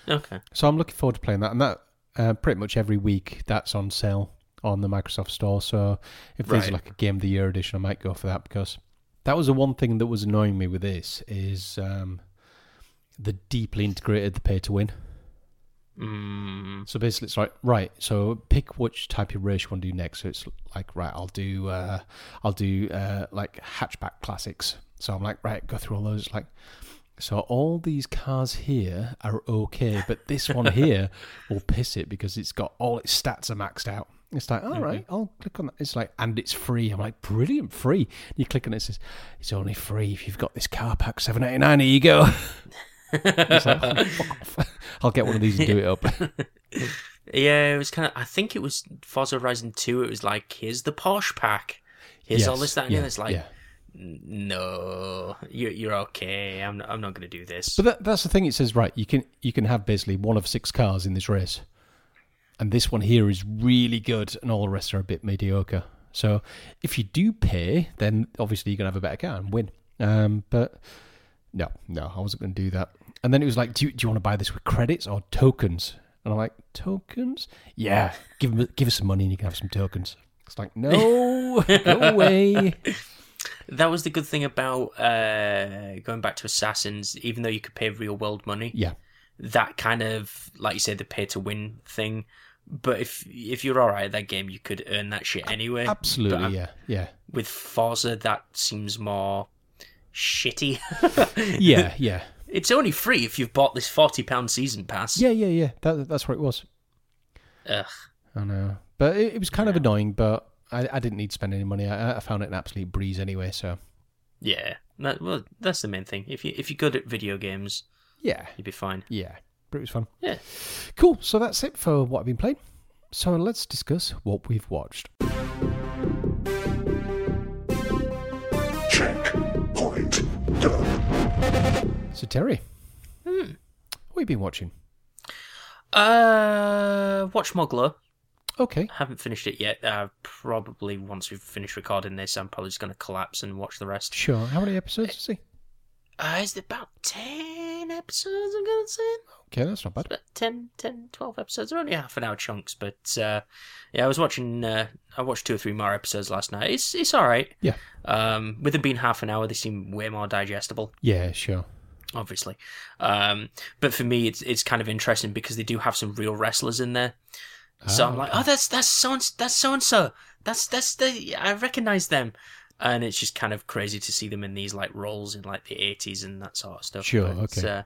Okay. So I'm looking forward to playing that, and that uh, pretty much every week that's on sale on the Microsoft Store. So if there's Right. like a Game of the Year edition, I might go for that because that was the one thing that was annoying me with this is um, the deeply integrated the pay to win. Mm, So basically, it's like right. So pick which type of race you want to do next. So it's like right, I'll do uh, I'll do uh, like hatchback classics. So I'm like right, go through all those. It's like so all these cars here are okay, but this one here will piss it because it's got all its stats are maxed out. It's like all right, I'll click on that. It's like and it's free. I'm like brilliant, free. you click on it, it says it's only free if you've got this car pack seven eighty nine. Here you go. It's like, oh, fuck off. [laughs] I'll get one of these and do it up. yeah, it was kind of. I think it was Forza Horizon Two. It was like here's the Porsche pack. Here's all this that and the other. It's like yeah. "N- no, you're you're okay. I'm not, I'm not gonna do this. But that, that's the thing. It says right, you can you can have basically one of six cars in this race, and this one here is really good, and all the rest are a bit mediocre. So if you do pay, then obviously you're gonna have a better car and win. Um, but no, no, I wasn't gonna do that. And then it was like, do you, do you want to buy this with credits or tokens? And I'm like, tokens? Yeah, give 'em- give us some money and you can have some tokens. It's like, [laughs] no, go away. That was the good thing about uh, going back to Assassins, even though you could pay real world money, Yeah, that kind of, like you say, the pay to win thing. But if if you're alright at that game, you could earn that shit anyway. [laughs] But um, I'm- absolutely. Yeah, yeah, With Forza, that seems more shitty. [laughs] yeah, yeah. It's only free if you've bought this £40 season pass. Yeah, yeah, yeah. That, that's where it was. Ugh. I know. But it, it was kind of annoying, but I, I didn't need to spend any money. I, I found it an absolute breeze anyway, so. Yeah. That, well, that's the main thing. If, you, if you're good at video games, Yeah. you'd be fine. Yeah. But it was fun. Yeah. Cool. So that's it for what I've been playing. So let's discuss what we've watched. Check point done. So, Terry, Hmm. what have you been watching? Uh, Watch more glow. Okay. haven't finished it yet. Uh, probably once we've finished recording this, I'm probably just going to collapse and watch the rest. Sure. How many episodes is he? Uh, is it about 10 episodes, I'm going to say? Okay, that's not bad. About 10, 10, 12 episodes. They're only half an hour chunks, but uh, yeah, I was watching, uh, I watched two or three more episodes last night. It's it's all right. Yeah. Um, with them being half an hour, they seem way more digestible. Yeah, sure. obviously. Um, but for me, it's it's kind of interesting because they do have some real wrestlers in there. So Ah, I'm like, oh, that's that's so and that's so and so. That's that's the I recognize them, and it's just kind of crazy to see them in these like roles in like the 80s and that sort of stuff. Sure, But, okay. uh,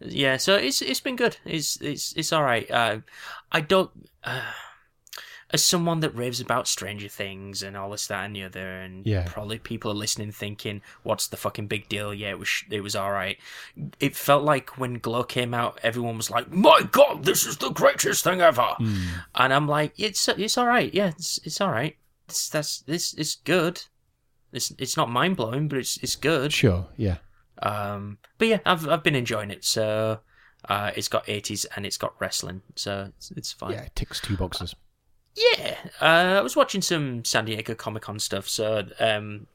yeah, so it's it's been good. It's it's it's all right. Uh, I don't. Uh, as someone that raves about Stranger Things and all this, that, and the other, and Yeah. probably people are listening thinking, "What's the fucking big deal?" Yeah, it was sh- it was all right. It felt like when Glow came out, everyone was like, "My God, this is the greatest thing ever," Hmm. and I'm like, "It's it's all right. Yeah, it's it's all right. It's, that's this it's good. It's it's not mind blowing, but it's it's good." Sure, yeah. Um, but yeah, I've I've been enjoying it. So uh, it's got 80s and it's got wrestling, so it's, it's fine. Uh, Yeah, it ticks two boxes. Yeah, uh, I was watching some San Diego Comic Con stuff. So um,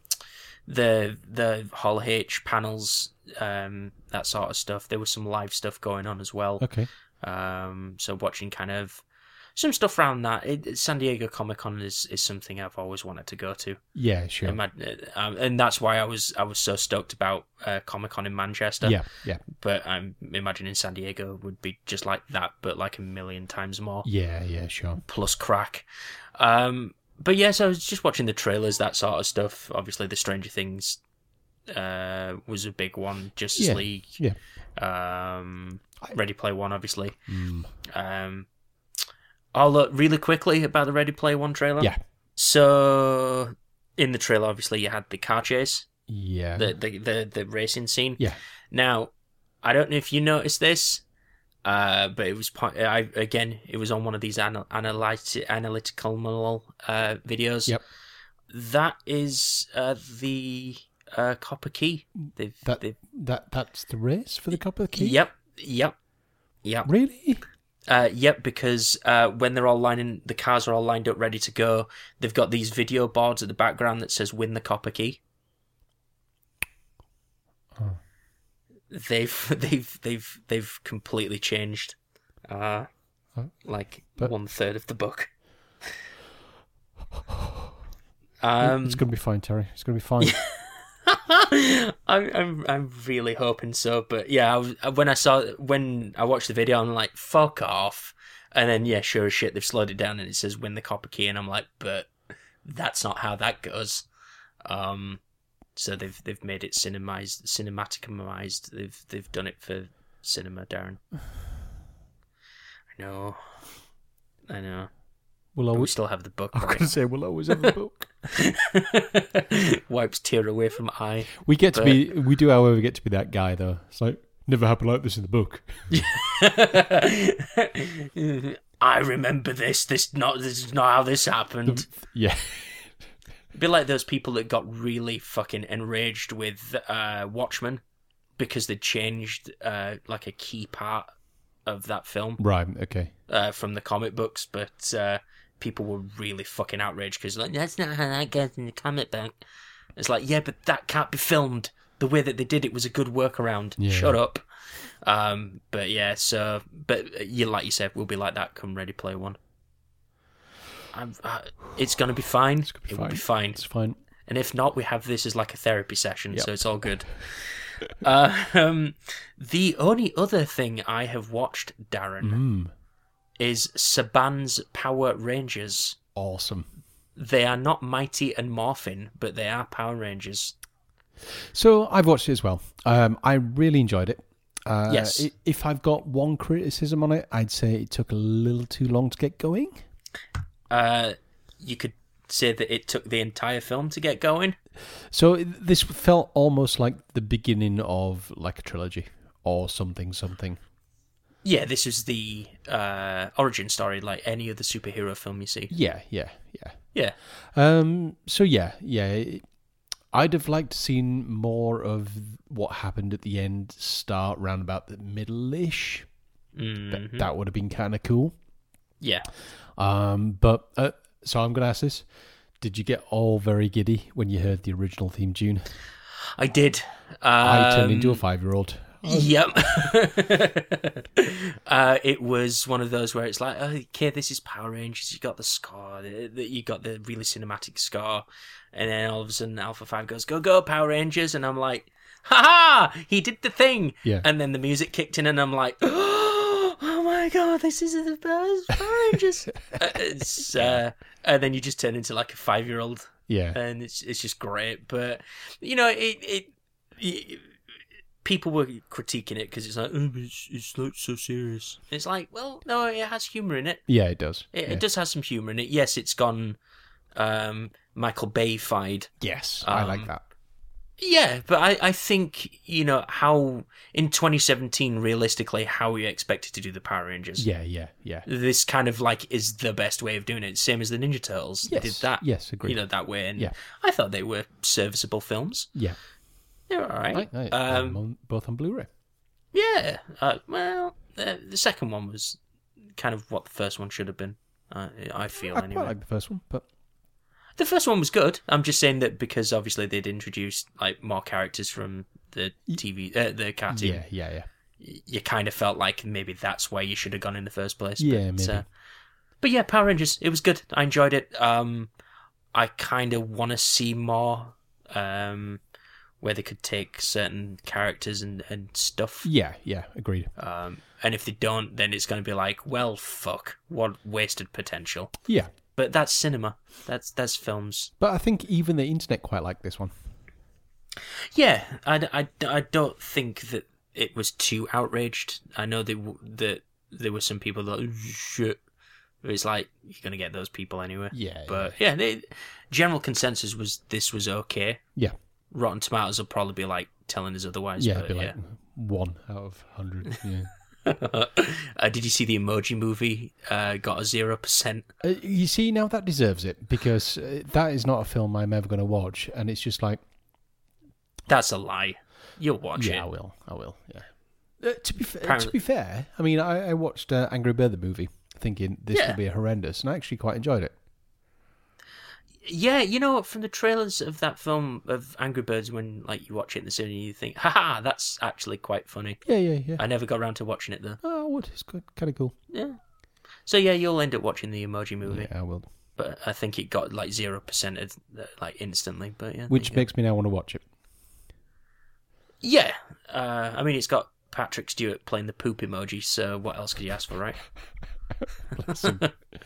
the the Hall H panels, um, that sort of stuff. There was some live stuff going on as well. Okay. Um, so watching kind of some stuff around that. It, it- San Diego Comic Con is, is something I've always wanted to go to. Yeah, sure. Imag- uh, um, and that's why I was I was so stoked about uh, Comic Con in Manchester. Yeah, yeah. But I'm imagining San Diego would be just like that, but like a million times more Yeah, yeah, sure. plus crack. Um, but yeah, so I was just watching the trailers, that sort of stuff. Obviously, the Stranger Things uh, was a big one. Justice Yeah, League, yeah. um, I- Ready Play One, obviously. Mm. Um, I'll look really quickly about the Ready Play One trailer. Yeah. So in the trailer, obviously, you had the car chase, Yeah. the the the, the racing scene. Yeah. Now, I don't know if you noticed this, uh, but it was point. I again, it was on one of these anal- analyti- analytical model, uh, videos. Yep. That is uh, the uh, copper key. They've, That- they've, that that's the race for the copper key. yep. Yep. Yep. Really? Uh, yep, because uh, when they're all lining, the cars are all lined up, ready to go. They've got these video boards at the background that says "Win the Copper Key." Oh. They've [laughs] they've they've they've completely changed, uh, Oh. like But- one third of [laughs] the book. Um, it's gonna be fine, Terry. It's gonna be fine. [laughs] I'm, I'm I'm really hoping so, but yeah, I was, when I saw when I watched the video, I'm like, fuck off, and then yeah, sure as shit, they've slowed it down and it says win the copper key, and I'm like, but that's not how that goes. Um, so they've they've made it cinemized, cinematicumized. They've they've done it for cinema, Darren. I know, I know. We'll But we always. still have the book. [laughs] I was gonna say we'll always [laughs] have a book. right? [laughs] Wipes tear away from eye. We get to be. We do, however, get to be that guy though. It's like never happened like this in the book. [laughs] [laughs] I remember this. This not this is not how this happened. Yeah. Be like those people that got really fucking enraged with uh, Watchmen because they changed uh, like a key part of that film Right. Okay. uh, from the comic books, but uh, people were really fucking outraged because like that's not how that goes in the comic book. It's like yeah, but that can't be filmed. The way that they did it was a good workaround. Yeah. Shut up. Um, but yeah, so but uh, you like you said, we'll be like that come Ready Player One. I'm, uh, it's gonna be fine. It's gonna be it will be fine. fine. It's fine. And if not, we have this as like a therapy session, Yep. so it's all good. [laughs] uh, um, the only other thing I have watched, Darren, Mm. is Saban's Power Rangers. Awesome. They are not Mighty and Morphin, but they are Power Rangers. So I've watched it as well. Um, I really enjoyed it. Uh, Yes. i- If I've got one criticism on it, I'd say it took a little too long to get going. Uh, you could say that it took the entire film to get going. So i- this felt almost like the beginning of like a trilogy or something, something. Yeah, this is the uh, origin story, like any other superhero film you see. Yeah, yeah, yeah. Yeah, Um, so yeah, yeah. it- I'd have liked to seen more of what happened at the end start round about the middle-ish. Th- mm, That would have been kind of cool. yeah. Um, but uh, so I'm going to ask this: Did you get all very giddy when you heard the original theme tune? I did. Um, I turned into a five-year-old. Yep. [laughs] uh, it was one of those where it's like, oh, okay, this is Power Rangers. You got the score, the, the, you got the really cinematic score, and then all of a sudden Alpha Five goes, "Go go Power Rangers," and I'm like, "Ha ha! He did the thing!" Yeah. And then the music kicked in, and I'm like, [gasps] "Oh my god, this is the best Power Rangers!" uh, it's, uh, and then you just turn into like a five year old Yeah, and it's it's just great. But you know, it it, it- people were critiquing it because it's like oh, it's it's like so serious. It's like well, no, it has humor in it. yeah, it does. It, yeah. it does have some humor in it. Yes, it's gone um, Michael Bay fied. Yes, I like Um, that. Yeah, but I, I think you know how in 2017, realistically, how you expected to do the Power Rangers. Yeah, yeah, yeah. This kind of like is the best way of doing it. Same as the Ninja Turtles Yes, they did that. Yes, agreed. You know that way, and Yeah. I thought they were serviceable films. yeah, They're all right. Right, no, I'm Um, on- both on Blu-ray. yeah. Uh, well, uh, the second one was kind of what the first one should have been. Uh, I feel I anyway. quite like the first one, but The first one was good. I'm just saying that because obviously they'd introduced like more characters from the TV, uh, the cartoon. yeah, yeah, yeah. Y- You kind of felt like maybe that's where you should have gone in the first place. Yeah, but, maybe. uh, but yeah, Power Rangers. It was good. I enjoyed it. Um, I kind of want to see more. Um, where they could take certain characters and, and stuff. Yeah, yeah, agreed. Um, and if they don't, then it's going to be like, well, fuck, what wasted potential. Yeah, But that's cinema. That's that's films. but I think even the internet quite liked this one. Yeah, I, d- I d- I don't think that it was too outraged. I know they w- that there were some people that "Oh, shit. It's like you're going to get those people anyway. Yeah, But yeah, they, general consensus was this was okay. Yeah. Rotten Tomatoes will probably be like telling us otherwise. yeah, Yeah, it'd but, be yeah. like one out of hundred. Yeah. [laughs] [laughs] uh, did you see the Emoji Movie? Uh, got a zero percent. Uh, you see, now that deserves it because uh, that is not a film I'm ever going to watch, and it's just like, That's a lie. You'll watch yeah, I it. will, I will, yeah. Uh, to be fa- to Apparently- be fair, I mean, I, I watched uh, Angry Bird the movie, thinking this Yeah. will be horrendous, and I actually quite enjoyed it. Yeah, you know, from the trailers of that film of Angry Birds, when like you watch it in the cinema, you think, haha, that's actually quite funny. Yeah, yeah, yeah. I never got around to watching it though. oh, what is good, kind of cool. Yeah. So yeah, you'll end up watching the Emoji Movie, Yeah, I will. but I think it got like zero percent like instantly. But yeah, there Which you go. makes me now want to watch it. yeah, uh, I mean, it's got Patrick Stewart playing the poop emoji. So what else could you ask [laughs] for, right? [laughs]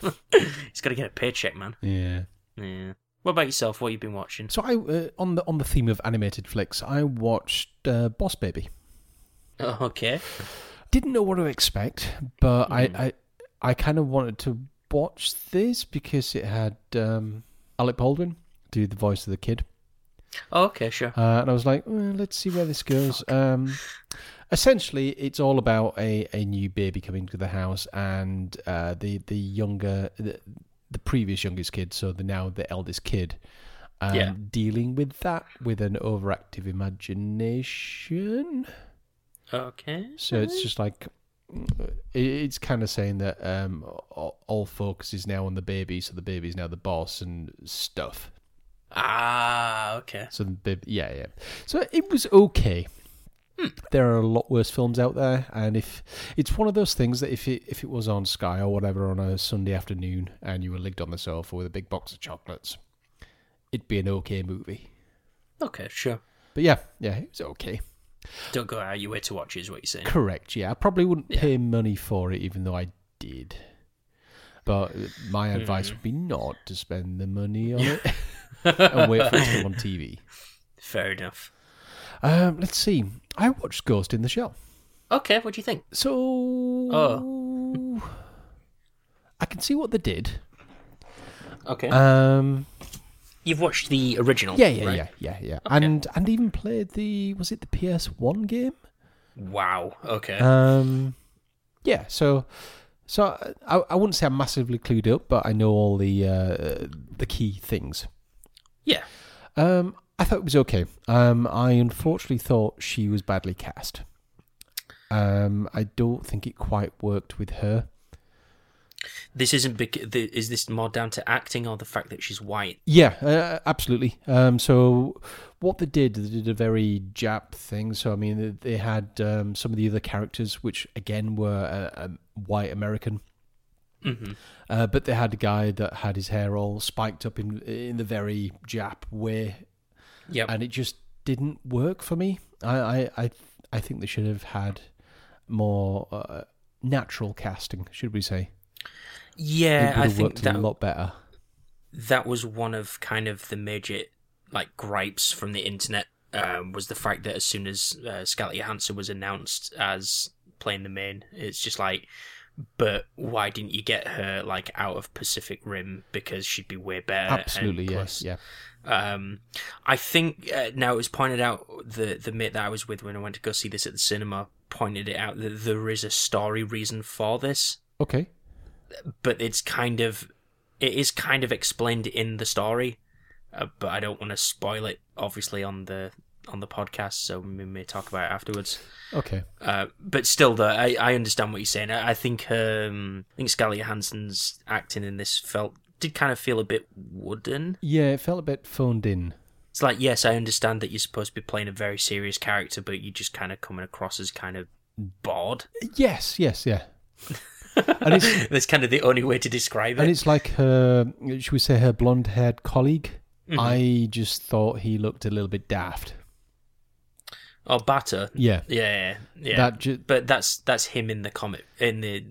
He's got to get a paycheck, man. Yeah. Yeah. What about yourself? What you been watching? So I uh, on the on the theme of animated flicks, I watched uh, Boss Baby. Oh, okay. Didn't know what to expect, but Hmm. I I, I kind of wanted to watch this because it had um, Alec Baldwin do the voice of the kid, Oh, okay, sure. uh, and I was like, "Well, let's see where this goes. Um, essentially, it's all about a, a new baby coming to the house, and uh, the the younger the, the previous youngest kid, so the now the eldest kid. Um, Yeah. dealing with that with an overactive imagination Okay. so it's just like it- it's kind of saying that um, all all focus is now on the baby, so the baby's now the boss and stuff. Ah, okay. So the bib, yeah, yeah. So it was okay. There are a lot worse films out there, and if it's one of those things that if it if it was on Sky or whatever on a Sunday afternoon, and you were ligged on the sofa with a big box of chocolates, it'd be an okay movie. Okay, sure. But yeah, yeah, it was okay. Don't go out of your way to watch, it, is what you're saying. Correct. Yeah, I probably wouldn't Yeah. pay money for it, even though I did. But my advice would be not to spend the money on it [laughs] and wait for it to come on TV. Fair enough. Um, let's see. I watched Ghost in the Shell. Okay, what do you think? So I can see what they did. Okay. Um, Uh, You've watched the original. yeah, yeah, right? yeah, yeah, yeah, and and even played the was it the PS One game? Wow. Okay. Um, yeah, so so I, I wouldn't say I'm massively clued up, but I know all the uh, the key things. yeah. Um, I thought it was okay. Um, I unfortunately thought she was badly cast. Um, I don't think it quite worked with her. This isn't. Bec- the, is this more down to acting or the fact that she's white? Yeah, uh, absolutely. Um, so what they did, they did a very Jap thing. So I mean, they- they had um, some of the other characters, which again were uh, um, white American, Mm-hmm. uh, but they had a guy that had his hair all spiked up in in the very Jap way, Yep. and it just didn't work for me. I I I, I think they should have had more uh, natural casting, should we say? yeah, it would I have think worked that a lot better. that was one of kind of the major like gripes from the internet um, was the fact that as soon as uh, Scarlett Johansson was announced as playing the main, it's just like, but why didn't you get her like out of Pacific Rim because she'd be way better. uh, and Absolutely, yes, plus- yeah. Um, I think uh, now it was pointed out the the mate that I was with when I went to go see this at the cinema pointed it out that there is a story reason for this Okay. but it's kind of it is kind of explained in the story uh, but i don't want to spoil it obviously on the on the podcast so we may talk about it afterwards Okay. uh, but still though I, I understand what you're saying i, I think um i think scarlett johansson's acting in this felt did kind of feel a bit wooden Yeah, it felt a bit phoned in. it's like yes i understand that you're supposed to be playing a very serious character but you're just kind of coming across as kind of bored Yes, yes, yeah. and it's [laughs] that's kind of the only way to describe and it it's like her, should we say her blonde-haired colleague? I just thought he looked a little bit daft. or batter Yeah, yeah yeah, yeah. that ju- but that's that's him in the comic in the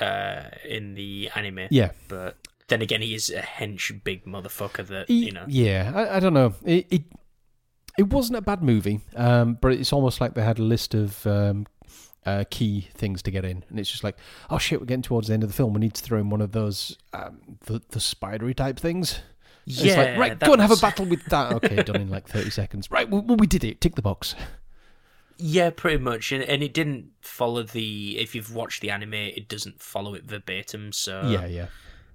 uh in the anime yeah, but then again he is a hench big motherfucker that He- you know yeah. I, I don't know. It, it it wasn't a bad movie, um, but it's almost like they had a list of um, uh, key things to get in, and it's just like, oh shit, we're getting towards the end of the film. We need to throw in one of those um, the the spidery type things. And it's like, right, that go and have a was- battle with that. [laughs] Okay, done in like 30 seconds. Right, well, well, we did it. Tick the box. yeah pretty much and, and it didn't follow the if you've watched the anime it doesn't follow it verbatim so yeah, yeah.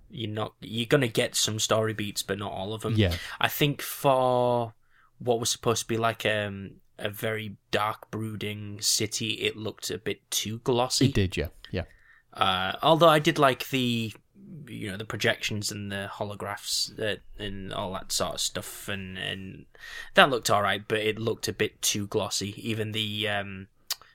you're not you're gonna get some story beats but not all of them Yeah. i think for what was supposed to be like um a very dark brooding city it looked a bit too glossy It did, yeah. Yeah. Uh, although I did like the you know the projections and the holographs that, and all that sort of stuff and and that looked all right but it looked a bit too glossy even the um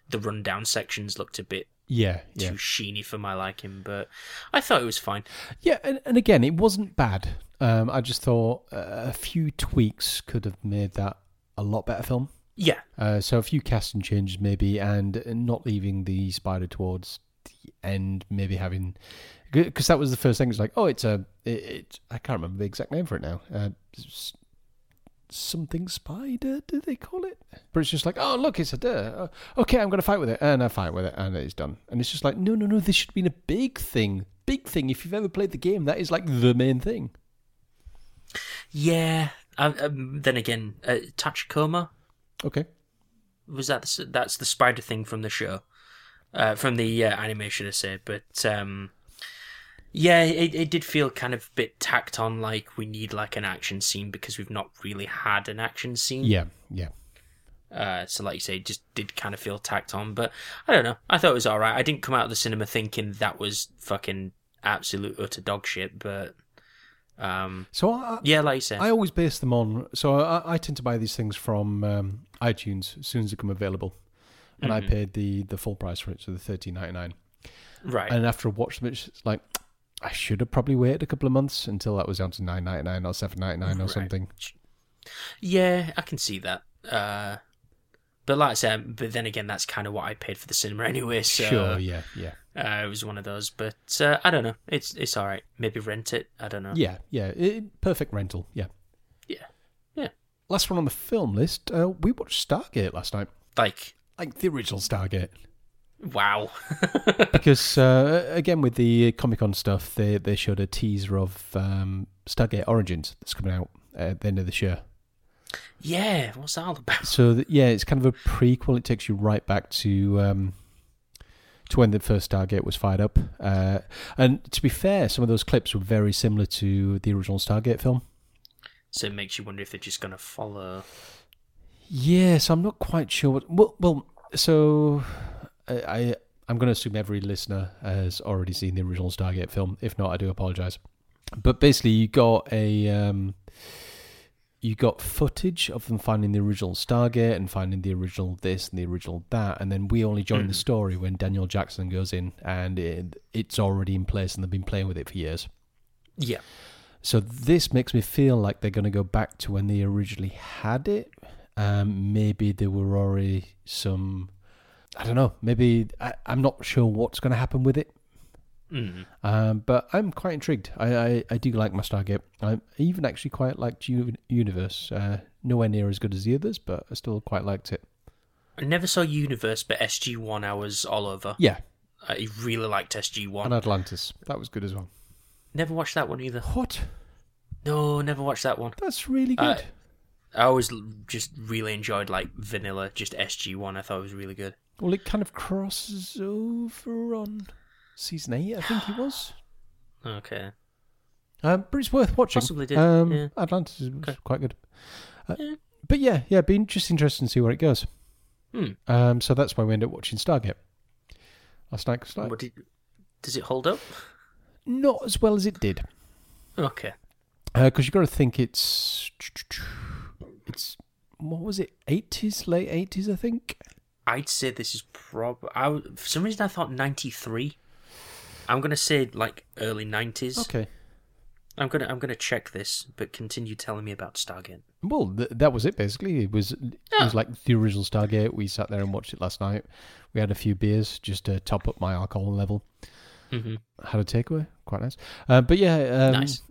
the rundown sections looked a bit Yeah, yeah. too sheeny for my liking but I thought it was fine Yeah, and, and again, it wasn't bad. Um, I just thought uh, a few tweaks could have made that a lot better film. yeah Uh, so a few casting changes maybe, and not leaving the spider towards the end. Maybe having because that was the first thing. It's like, oh, it's a it, it. I can't remember the exact name for it now. Uh, s- something spider? Do they call it? But it's just like, oh, look, it's a duh. Uh, Okay, I'm gonna fight with it, and I fight with it, and it's done. And it's just like, no, no, no. This should have been a big thing. Big thing. If you've ever played the game, that is like the main thing. yeah um, um, then again uh, Tachikoma Okay. was that the, s- that's the spider thing from the show uh from the uh, animation i say but um yeah it, it did feel kind of a bit tacked on like we need like an action scene because we've not really had an action scene Yeah. Yeah. Uh, so, like you say, just did kind of feel tacked on. But I don't know. I thought it was all right. I didn't come out of the cinema thinking that was fucking absolute utter dog shit. But um, So I, yeah, like you say, I always base them on. So I, I tend to buy these things from um, iTunes as soon as they come available, and Mm-hmm. I paid the the full price for it, so the thirteen ninety nine. right? And after I watched them, it's like I should have probably waited a couple of months until that was down to nine ninety nine or seven ninety nine or Right. something. Yeah, I can see that. Uh, but like I said, but then again, that's kind of what I paid for the cinema [laughs] anyway. So Sure, yeah, yeah, uh, it was one of those. But uh, I don't know. It's it's all right. Maybe rent it. I don't know. yeah, yeah. It, perfect rental. Yeah. Yeah. Yeah. Last one on the film list. Uh, we watched Stargate last night, Like like the original Stargate. wow. because uh, again with the Comic Con stuff, they they showed a teaser of um, Stargate Origins that's coming out at the end of this year. yeah. What's that all about? [laughs] So th yeah, it's kind of a prequel. It takes you right back to um, to when the first Stargate was fired up. Uh, and to be fair, some of those clips were very similar to the original Stargate film. So it makes you wonder if they're just gonna follow. Yeah, so I'm not quite sure what. Well, well so I, I I'm going to assume every listener has already seen the original Stargate film. If not, I do apologize. But basically, you got a um, you got footage of them finding the original Stargate and finding the original this and the original that, and then we only join the story when Daniel Jackson goes in and it, it's already in place and they've been playing with it for years. Yeah. So this makes me feel like they're going to go back to when they originally had it. Um, maybe there were already some. I don't know. Maybe I, I'm not sure what's going to happen with it. Mm. Um, but I'm quite intrigued. I, I, I do like my Stargate. I even actually quite liked U- Universe. Uh, nowhere near as good as the others, but I still quite liked it. I never saw Universe, but SG One I was all over. Yeah, I really liked SG and One. Atlantis. That was good as well. Never watched that one either. What? No, never watched that one. That's really Uh, good. I always l- just really enjoyed like vanilla, just SG One. I thought it was really good. well, it kind of crosses over on season eight, I think it was. Okay. Um, but it's worth watching. Possibly did, Um, yeah. Atlantis is quite good. Uh, But yeah, yeah, be just interesting to see where it goes. Hmm. Um, so that's why we end up watching Stargate last night. 'cause, like, What did, does it hold up? not as well as it did, Okay. because you got to think it's it's what was it eighties, late eighties, I think. I'd say this is prob. I w- for some reason I thought ninety three. I'm gonna say like early nineties. Okay. I'm gonna I'm gonna check this, but continue telling me about Stargate. Well, th- that was it basically. It was it Yeah. was like the original Stargate. We sat there and watched it last night. We had a few beers just to top up my alcohol level. Mm-hmm. Had a takeaway, quite nice. Uh, but yeah, um, nice.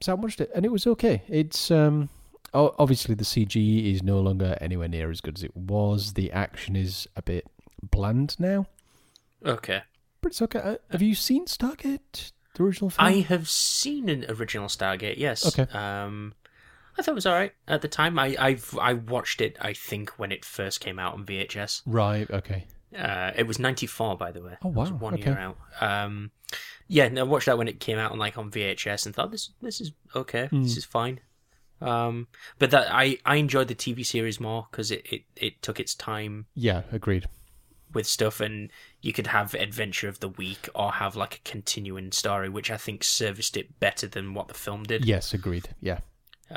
So I watched it, and it was okay. It's um, o- obviously the CG is no longer anywhere near as good as it was. The action is a bit bland now, Okay. but it's okay. Uh, have you seen Stargate, the original film? I have seen an original Stargate. Yes. Okay. Um, I thought it was all right at the time. I I've I watched it. I think when it first came out on VHS. Right. Okay. Uh, it was ninety four, by the way. Oh, It was wow, one okay. year out. Um, yeah, no, I watched that when it came out on like on VHS and thought this this is okay, Hmm. this is fine. Um, but that I I enjoyed the TV series more because it, it it took its time Yeah. Agreed. with stuff and you could have adventure of the week or have like a continuing story, which I think serviced it better than what the film did. Yes. Agreed. Yeah.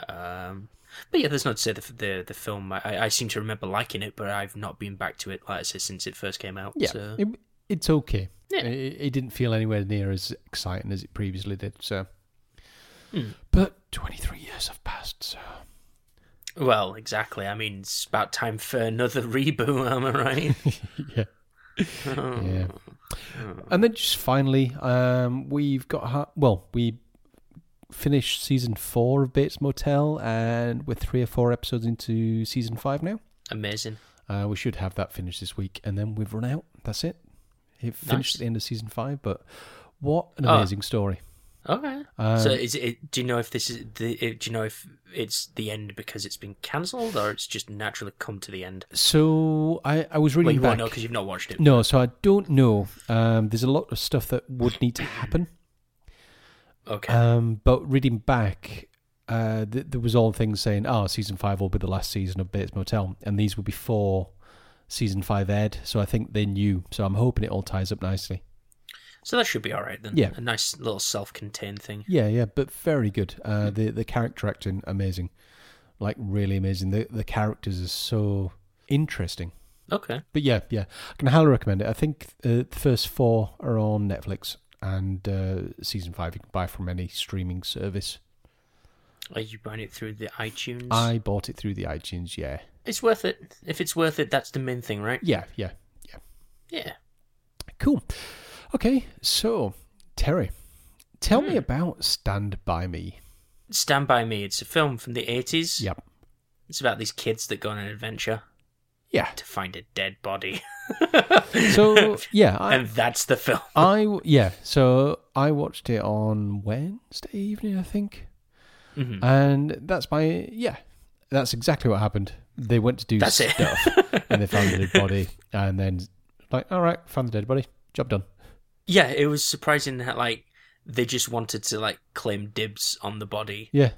Um, but yeah, there's not to say the the, the film. I- I, I seem to remember liking it, but I've not been back to it like I said since it first came out. Yeah. so- It, it's okay. Yeah. It, it didn't feel anywhere near as exciting as it previously did. So. Hmm. But twenty three years have passed. [laughs] So. Well, exactly. I mean, it's about time for another [laughs] reboot, am I right? [laughs] Oh, yeah. yeah. And then just finally, um, we've got ha- well, we finished season four of Bates Motel, and we're three or four episodes into season five now. Amazing. Uh, we should have that finished this week, and then we've run out. That's it. It finished Nice. at the end of season five, but what an Ah. amazing story! Okay. Uh, so, is it? Do you know if this is the? If, do you know if it's the end because it's been cancelled, or it's just naturally come to the end? So I, I was reading Well, you back. Mm. won't know because you've not watched it. no, so I don't know. Um, there's a lot of stuff that would need to happen. Okay. Um, but reading back, uh, th- there was all things saying, "Oh, season five will be the last season of Bates Motel," and these were before season five aired, so I think they knew. So I'm hoping it all ties up nicely. So that should be all right then. Yeah. A nice little self-contained thing. Yeah, yeah, but very good. Uh, the the character acting amazing, like really amazing. The the characters are so interesting. Okay. But yeah, yeah, I can highly recommend it. I think uh, the first four are on Netflix, and uh, season five you can buy from any streaming service. Are you buying it through the iTunes? I bought it through the iTunes. Yeah, It's worth it. If it's worth it, that's the main thing, right? yeah, yeah, yeah. Yeah. Cool. Okay, so Terry, tell Hmm. me about Stand by Me. Stand by Me. It's a film from the eighties. Yep. It's about these kids that go on an adventure Yeah. to find a dead body, [laughs] So yeah, I, and that's the film. [laughs] I w- yeah, so I watched it on Wednesday evening, I think, Mhm. and that's my yeah, that's exactly what happened. They went to do That's it. stuff, [laughs] and they found the dead body, and then like, all right, found the dead body, job done. Yeah, it was surprising that like they just wanted to like claim dibs on the body Yeah,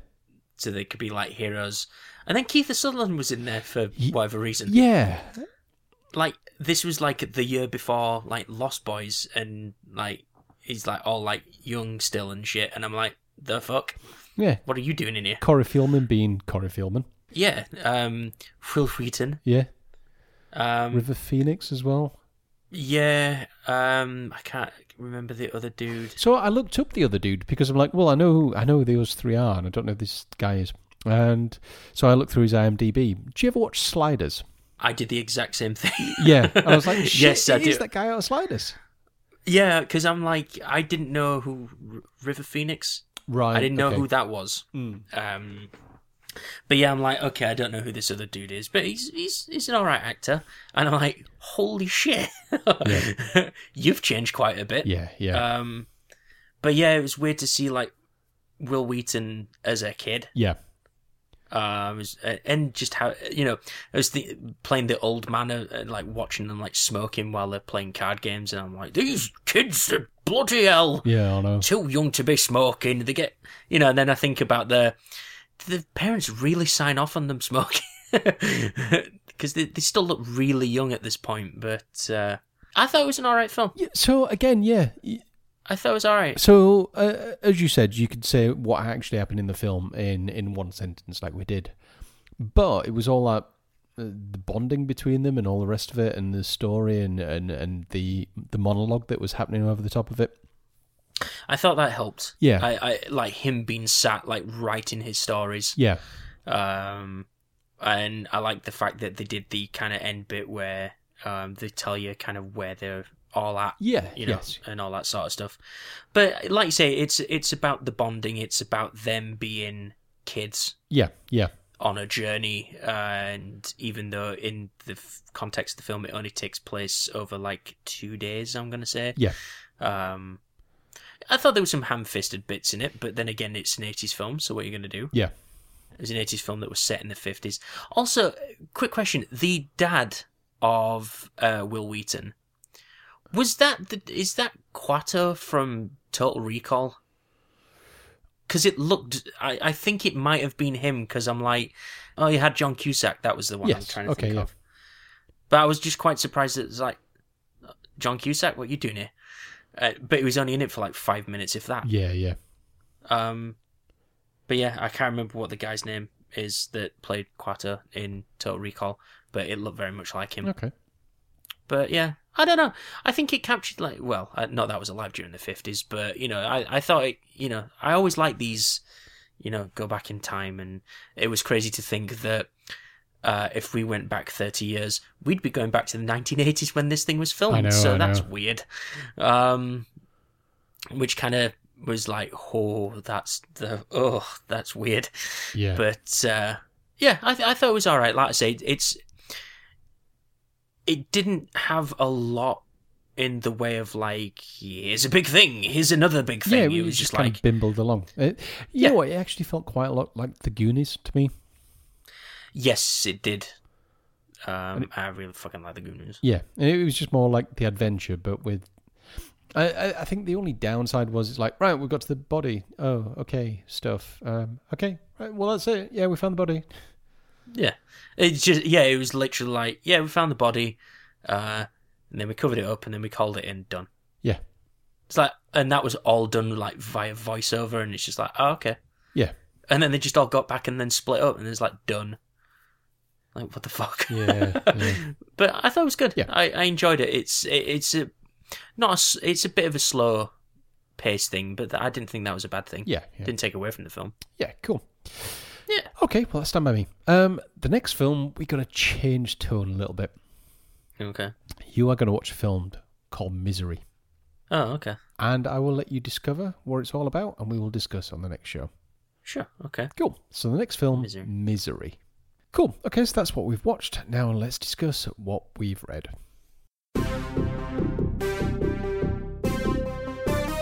so they could be like heroes. And then Keith Sutherland was in there for Ye- whatever reason. yeah, Like this was like the year before like Lost Boys and like he's like all like young still and shit and I'm like, the fuck? yeah. What are you doing in here? Corey Feldman being Corey Feldman, Yeah. Um Will Wheaton. yeah. Um River Phoenix as well. yeah, um I can't remember the other dude. So I looked up the other dude because I'm like, well, I know who, I know who those three are, and I don't know who this guy is. And so I looked through his IMDb. Do you ever watch Sliders? I did the exact same thing. [laughs] Yeah, [laughs] and I was like, Shit, Yes, yes, I it is do. that guy out of Sliders. Yeah, because I'm like, I didn't know who R- River Phoenix. Right. I didn't know who that was. Um, but yeah, I'm like, okay, I don't know who this other dude is, but he's he's he's an alright actor, and I'm like, holy shit, [laughs] you've changed quite a bit. Yeah, yeah, Um, but yeah, it was weird to see like Will Wheaton as a kid, yeah, uh, was, and just how you know, I was the, playing the old man uh, and like watching them like smoking while they're playing card games, and I'm like, these kids are bloody hell yeah. I know. too young to be smoking. They get, you know, and then I think about the, did the parents really sign off on them smoking? [laughs] Because they, they still look really young at this point, but uh, I thought it was an alright film. Yeah, so again, yeah. y- I thought it was alright. So uh, as you said, you could say what actually happened in the film in in one sentence, like we did. But it was all that uh, the bonding between them and all the rest of it, and the story and and and the the monologue that was happening over the top of it. I thought that helped. Yeah. I, I like him being sat, like, writing his stories. Yeah, Um, and I like the fact that they did the kind of end bit where um, they tell you kind of where they're all at yeah, you know, yes, and all that sort of stuff. But like you say, it's it's about the bonding. It's about them being kids yeah, yeah, on a journey, uh, and even though in the f- context of the film, it only takes place over like two days. I'm gonna say, yeah, um, I thought there was some ham-fisted bits in it, but then again, it's an '80s film, so what are you gonna do? yeah. It was an '80s film that was set in the '50s. Also, quick question: the dad of uh, Will Wheaton was that? The, is that Quato from Total Recall? Because it looked, I, I think it might have been him. Because I'm like, oh, you had John Cusack. That was the one I'm Yes, trying to okay, think yeah. of. But I was just quite surprised that it was like, John Cusack, what you doing here? Uh, but he was only in it for like five minutes, if that. Yeah, yeah. Um, but yeah, I can't remember what the guy's name is that played Quater in Total Recall, but it looked very much like him. Okay. But yeah, I don't know. I think it captured like well, I, not that was alive during the fifties, but you know, I I thought it. You know, I always like these. You know, go back in time, and it was crazy to think that. Uh, if we went back 30 years, we'd be going back to the 1980s when this thing was filmed. I know, so I that's know. weird. Um, which kind of was like, oh, that's the oh, that's weird. Yeah. But uh, yeah, I, th- I thought it was all right. Like I say, it's it didn't have a lot in the way of like here's a big thing, here's another big yeah, thing. we it was just, just kind like of bimbled along. It, you Yeah. know what? It actually felt quite a lot like The Goonies to me. yes, it did. Um, I really fucking like the Goonies. Yeah, and it was just more like the adventure, but with I, I, I think the only downside was it's like, right, we got to the body. Oh, okay, stuff. Um, okay, right, well, that's it. Yeah, we found the body. Yeah. It's just yeah, it was literally like, yeah, we found the body, uh, and then we covered it up and then we called it in, done. Yeah. It's like and that was all done like via voiceover and it's just like, oh, okay. Yeah. And then they just all got back and then split up and it's like done. Like what the fuck? Yeah, yeah. [laughs] but I thought it was good. Yeah. I, I enjoyed it. It's it, it's a not a s it's a bit of a slow pace thing, but I didn't think that was a bad thing. Yeah, yeah, Didn't take away from the film. yeah, cool. Yeah. Okay, well, that's done by me. Um, the next film, we got to change tone a little bit. Okay. You are going to watch a film called Misery, Oh, okay. and I will let you discover what it's all about, and we will discuss on the next show. Sure. Okay. Cool. So the next film, Misery. Misery. Cool. Okay, so that's what we've watched. Now let's discuss what we've read.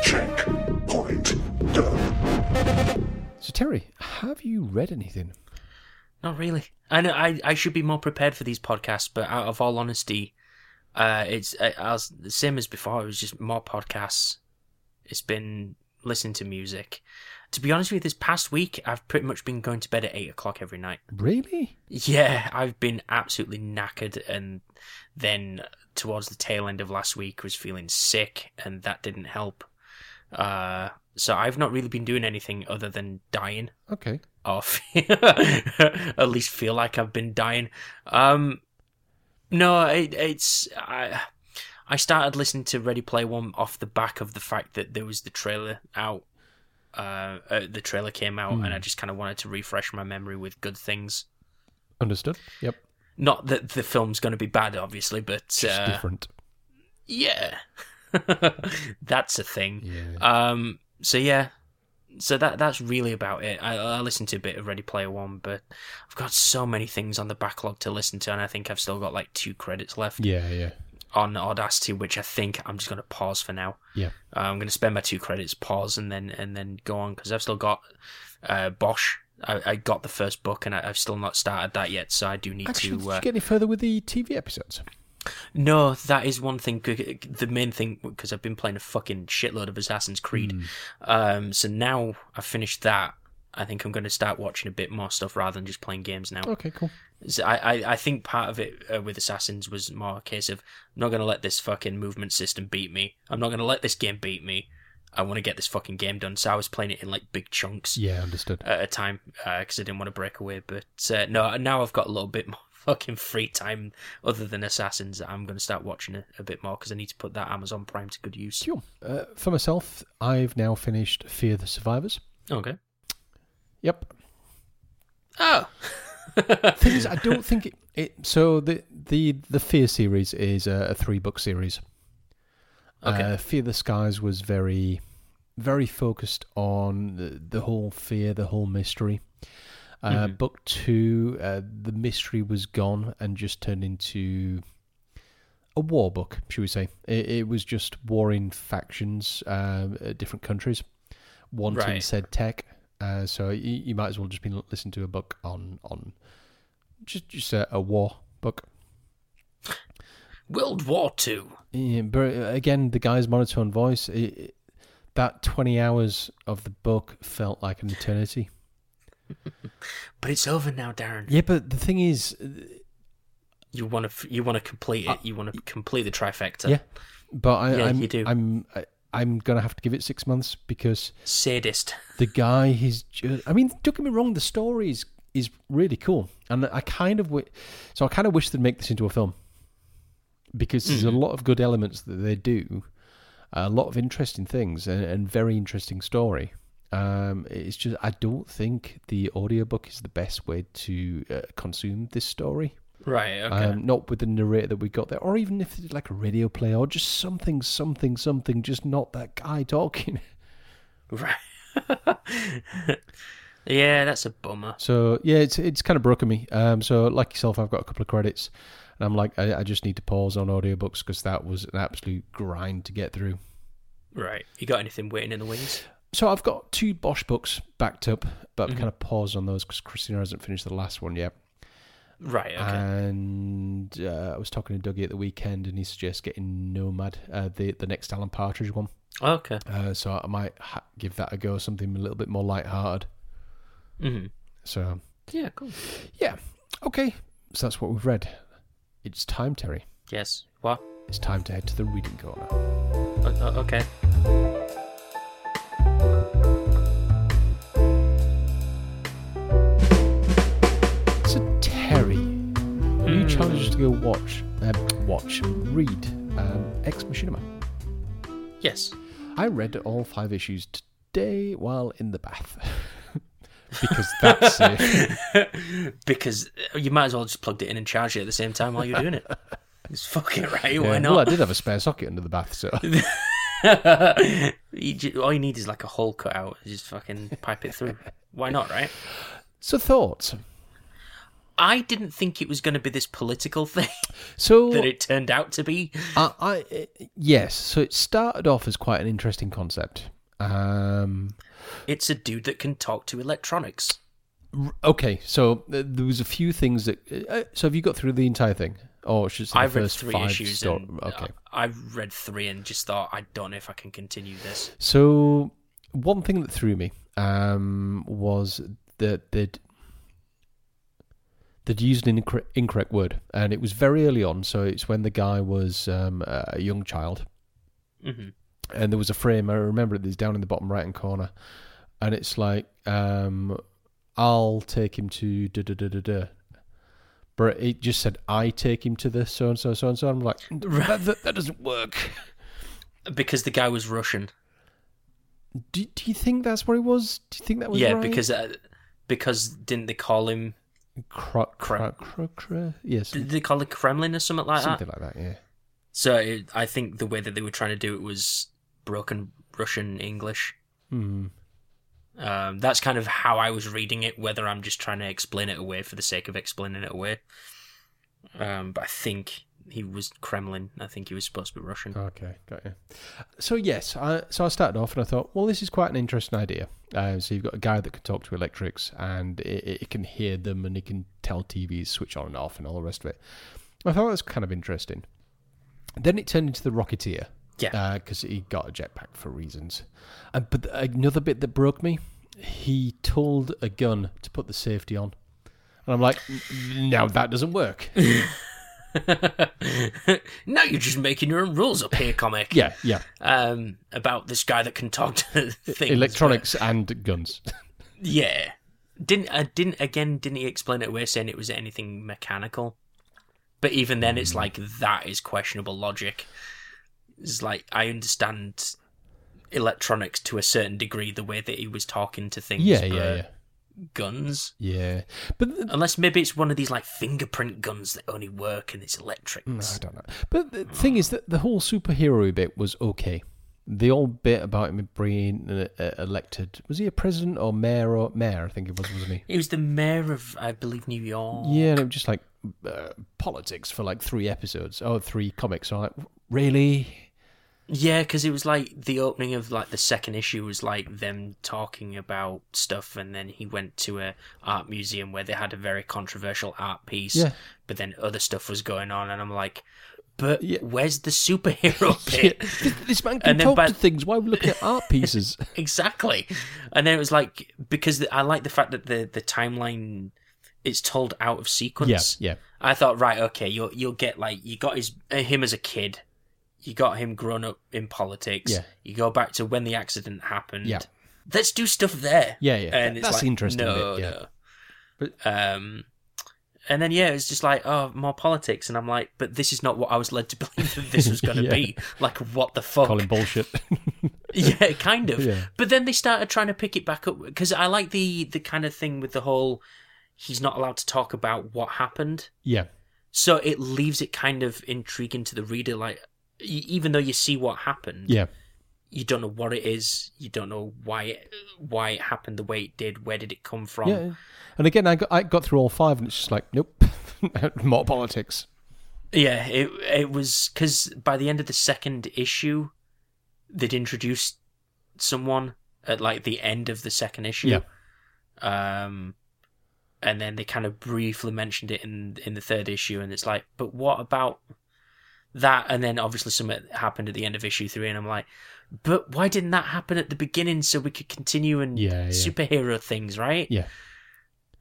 Checkpoint done. So Terry, have you read anything? Not really. I know I, I should be more prepared for these podcasts, but out of all honesty, uh, it's uh, as the same as before. It was just more podcasts. It's been listening to music. To be honest with you, this past week I've pretty much been going to bed at eight o'clock every night. Really? Yeah, I've been absolutely knackered, and then towards the tail end of last week was feeling sick, and that didn't help. Uh, so I've not really been doing anything other than dying Okay. or [laughs] at least feel like I've been dying. Um, no, it, it's I. I started listening to Ready Player One off the back of the fact that there was the trailer out. Uh, uh the trailer came out, and I just kind of wanted to refresh my memory with good things. Understood. Yep. Not that the film's going to be bad, obviously, but Just uh, different. yeah, [laughs] that's a thing. Yeah. Um. So yeah. So that that's really about it. I, I listened to a bit of Ready Player One, but I've got so many things on the backlog to listen to, and I think I've still got like two credits left yeah. Yeah. on Audacity, which I think I'm just going to pause for now. Yeah. Uh, I'm going to spend my two credits, pause, and then and then go on because I've still got uh, Bosch. I, I got the first book, and I, I've still not started that yet, so I do need Actually, to. did Uh, you get any further with the TV episodes? no, that is one thing. g- g- The main thing because I've been playing a fucking shitload of Assassin's Creed. Um, so now I've finished that. I think I'm going to start watching a bit more stuff rather than just playing games now. Okay. Cool. So I, I, I think part of it uh, with Assassins was more a case of I'm not going to let this fucking movement system beat me. I'm not going to let this game beat me. I want to get this fucking game done. So I was playing it in like big chunks Yeah. Understood. at a time because I didn't want to break away. But uh, no, now I've got a little bit [laughs] more fucking free time other than Assassins. I'm going to start watching it a bit more because I need to put that Amazon Prime to good use. Sure. Uh, for myself, I've now finished Fear the Survivors. Okay. Yep. Oh. Thing is, I don't think it, it. So the the the Fear series is a, a three book series. Okay. Uh, fear the Skies was very, very focused on the, the whole fear, the whole mystery. Uh, Mhm. Book two, uh, the mystery was gone and just turned into a war book, should we say? It, it was just warring factions, uh, at different countries, wanting Right. said tech. Uh, so you, you might as well just be listening to a book on on just just a, a war book. World War Two. Yeah, but again, the guy's monotone voice, it, it- that 20 hours of the book felt like an eternity. But it's over now, Darren. Yeah, but the thing is, You want to you want to complete it. You want to complete the trifecta. yeah, but I, Yeah, I'm, you do. I'm, I, I'm going to have to give it six months because Sadist. [laughs] the guy is just, I mean, don't get me wrong, the story is, is really cool. And I kind of, wi- so I kind of wish they'd make this into a film because there's Mm-hmm. a lot of good elements that they do, a lot of interesting things and, and very interesting story. Um, it's just, I don't think the audiobook is the best way to uh, consume this story. Right. Okay. Um, not with the narrator that we got there, or even if they did like a radio play or just something, something, something, just not that guy [laughs] talking. right. [laughs] yeah, that's a bummer. So yeah, it's it's kind of broken me. Um, so like yourself, I've got a couple of credits, and I'm like, I, I just need to pause on audiobooks because that was an absolute grind to get through. Right. You got anything waiting in the wings? So I've got two Mm-hmm. Bosch books backed up, but I've kind of paused on those because Christina hasn't finished the last one yet. Right. Okay. And uh, I was talking to Dougie at the weekend, and he suggests getting Nomad, uh, the the next Alan Partridge one. okay. Uh, so I might ha- give that a go, something a little bit more lighthearted. hmm So Yeah. Cool. yeah, okay. So that's what we've read. It's time, Terry. Yes. What? It's time to head to the reading corner. O- o- okay. So Terry, Hmm. you challenged us to go watch, uh, watch, read um, Ex Machinima. Yes. I read all five issues today while in the bath. [laughs] because [laughs] that's it. because you might as well just plugged it in and charge it at the same time while you're [laughs] doing it. It's fucking right. Why Well, I not? did have a spare socket under the bath, so [laughs] You ju- all you need is like a hole cut out. Just fucking pipe [laughs] it through. Why not? Right. so thoughts. I didn't think it was going to be this political [laughs] thing So that it turned out to be. I, I uh, yes, so it started off as quite an interesting concept. Um, It's a dude that can talk to electronics. okay, so uh, there was a few things that. Uh, so have you got through the entire thing, or just the I've read first three five issues. sto- and okay, I I've read three and just thought, I don't know if I can continue this. So one thing that threw me um, was that they'd they'd used an incor- incorrect word, and it was very early on. So it's when the guy was um, a young child, hmm and there was a frame. I remember it is down in the bottom right hand corner, and it's like um, I'll take him to da da da da da. But it just said, "I take him to the so and so, so and so." I'm [laughs] like, that, that, that doesn't work. Because the guy was Russian. Do, do you think that's what it was? Do you think that was yeah, right? because uh, because didn't they call him? Cro- cro- Cra- cro- cro- yes, Did they call it Kremlin or something like that? something like that. Yeah, So it, I think the way that they were trying to do it was broken Russian English. mm. Um, that's kind of how I was reading it. Whether I'm just trying to explain it away for the sake of explaining it away, um, but I think he was Kremlin. I think he was supposed to be Russian. okay, got you. So yes, I, so I started off and I thought, well, this is quite an interesting idea. Uh, so you've got a guy that can talk to electrics and it, it can hear them and it can tell TVs switch on and off and all the rest of it. I thought that was kind of interesting. Then it turned into the Rocketeer. Yeah. because he got a jetpack for reasons. Uh, but th- another bit that broke me, he told a gun to put the safety on, and I'm like, "N- no, that doesn't work. [laughs] now you're just making your own rules up here, comic. yeah, yeah. Um, about this guy that can talk to things. electronics and guns. but- yeah. Didn't uh, didn't again? Didn't he explain it away, saying it was anything mechanical? But even then, Hmm. it's like that is questionable logic. It's like I understand electronics to a certain degree, the way that he was talking to things. yeah, but yeah, yeah, Guns, yeah. But th- unless maybe it's one of these like fingerprint guns that only work and it's electric. no, I don't know. But the thing is that the whole superhero bit was okay. The old bit about him being uh, uh, elected was he a president or mayor or mayor? I think it was, wasn't he? It was the mayor of, I believe, New York. Yeah, and it was just like uh, politics for like three episodes. Oh, three comics. I'm like, [laughs] really? Yeah, because it was like the opening of like the second issue was like them talking about stuff, and then he went to a art museum where they had a very controversial art piece. Yeah. But then other stuff was going on, and I'm like, but Yeah. where's the [laughs] superhero Yeah, bit? this, this man can And then talk by- to things. Why are we looking at art pieces? [laughs] exactly. And then it was like because the, I like the fact that the the timeline is told out of sequence. yeah, yeah. I thought, right, okay, you'll you'll get like you got his uh, him as a kid, you got him grown up in politics. Yeah. You go back to when the accident happened. Yeah. Let's do stuff there. Yeah, yeah. And That- it's that's like, the interesting No, bit, yeah. no. um, and then yeah, it's just like oh more politics, and I'm like, but this is not what I was led to [laughs] believe that this was going [laughs] to Yeah. be. Like what the fuck? Calling [laughs] bullshit. [laughs] yeah, kind of. Yeah. But then they started trying to pick it back up because I like the the kind of thing with the whole he's not allowed to talk about what happened. yeah, So it leaves it kind of intriguing to the reader. Like, y- even though you see what happened, yeah. you don't know what it is. You don't know why it, why it happened the way it did. Where did it come from? Yeah. And again, I got, I got through all five, and it's just like, nope, [laughs] more politics. Yeah, it it was because by the end of the second issue, they'd introduced someone at like the end of the second issue. Um, and then they kind of briefly mentioned it in in the third issue, and it's like, but what about that? And then obviously something happened at the end of issue three, and I'm like, but why didn't that happen at the beginning so we could continue and Yeah, yeah. superhero things, right? Yeah.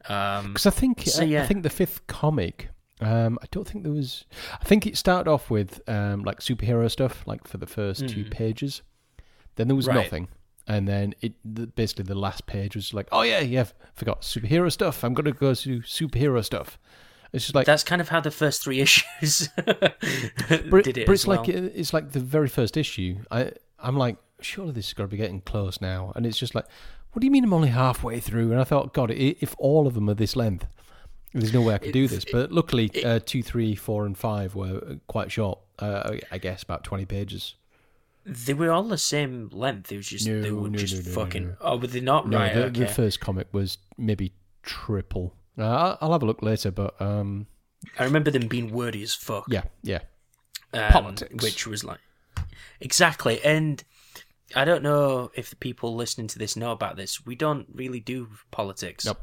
Um, Because I think So, I- I yeah. think the fifth comic. Um, I don't think there was. I think it started off with um, like superhero stuff, like for the first two Mm. pages. Then there was Right. nothing, and then it the, basically the last page was like, oh yeah, yeah, f- forgot superhero stuff. I'm gonna go to superhero stuff. It's just like, that's kind of how the first three issues [laughs] but, did it. but as it's well. like it's like the very first issue. I I'm like, surely this is gonna be getting close now, and it's just like, what do you mean I'm only halfway through? And I thought, God, i- if all of them are this length, there's no way I could do this. But luckily, uh, two, three, four, and five were uh, quite short. Uh, I- I guess about twenty pages. They were all the same length. It was just they No, were no, just no, no, no, fucking. no. Oh, were they not No, right? the, okay. the first comic was maybe triple. Uh, I'll- I'll have a look later, but um, I remember them being wordy as fuck. yeah, yeah, um, Politics. which was like exactly. And I don't know if the people listening to this know about this. We don't really do politics. Nope.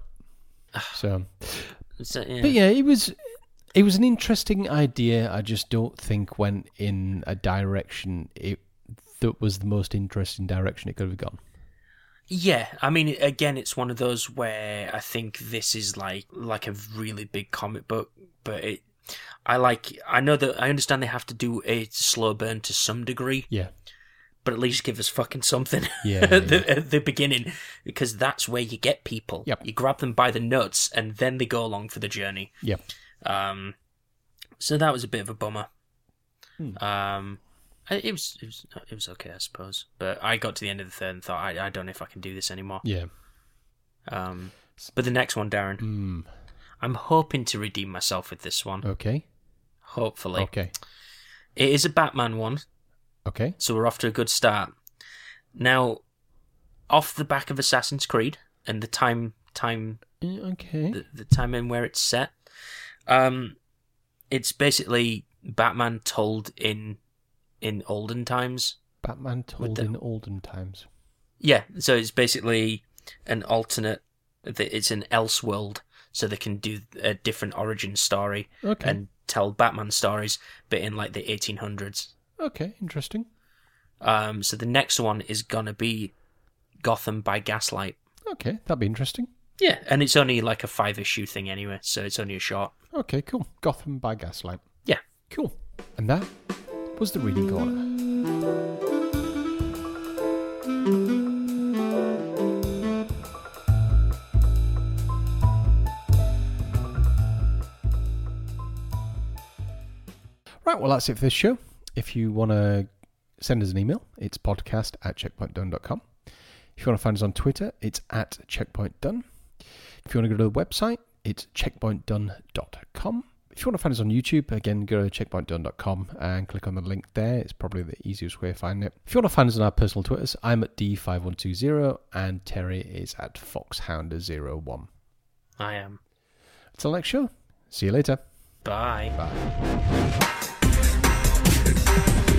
So So, yeah. But yeah, it was it was an interesting idea. I just don't think went in a direction it that was the most interesting direction it could have gone. Yeah, I mean, again, it's one of those where I think this is like like a really big comic book, but it, I like, I know that I understand they have to do a slow burn to some degree, Yeah, but at least give us fucking something [laughs] Yeah, at, the, at the beginning, because that's where you get people. Yep. You grab them by the nuts, and then they go along for the journey. yeah, Um, so that was a bit of a bummer. Hmm. Um, I- it was it was it was okay, I suppose. But I got to the end of the third and thought, I, I don't know if I can do this anymore. yeah. Um, but the next one, Darren, Mm, I'm hoping to redeem myself with this one. okay, Hopefully, okay, it is a Batman one, okay. so we're off to a good start. Now, off the back of Assassin's Creed and the time time Mm, Okay. the, the time and where it's set. Um, it's basically Batman told in in olden times. Batman told the- in olden times. Yeah, so it's basically an alternate. that It's an else world, so they can do a different origin story Okay. and tell Batman stories, but in like the 1800s. okay. Interesting. Um, so the next one is gonna be Gotham by Gaslight. Okay, that'd be interesting. Yeah, and it's only like a five issue thing anyway, so it's only a short. Okay, cool. Gotham by Gaslight. Yeah. Cool. And that was the reading corner. Right, well, that's it for this show. If you want to send us an email, it's podcast at checkpointdone.com. If you want to find us on Twitter, it's at checkpointdone. If you want to go to the website, it's checkpointdone.com. If you want to find us on YouTube, again, go to checkpointdone.com and click on the link there. It's probably the easiest way of finding it. If you want to find us on our personal Twitters, I'm at D5120 and Terry is at Foxhounder01. I am. Until next show, see you later. Bye. Bye.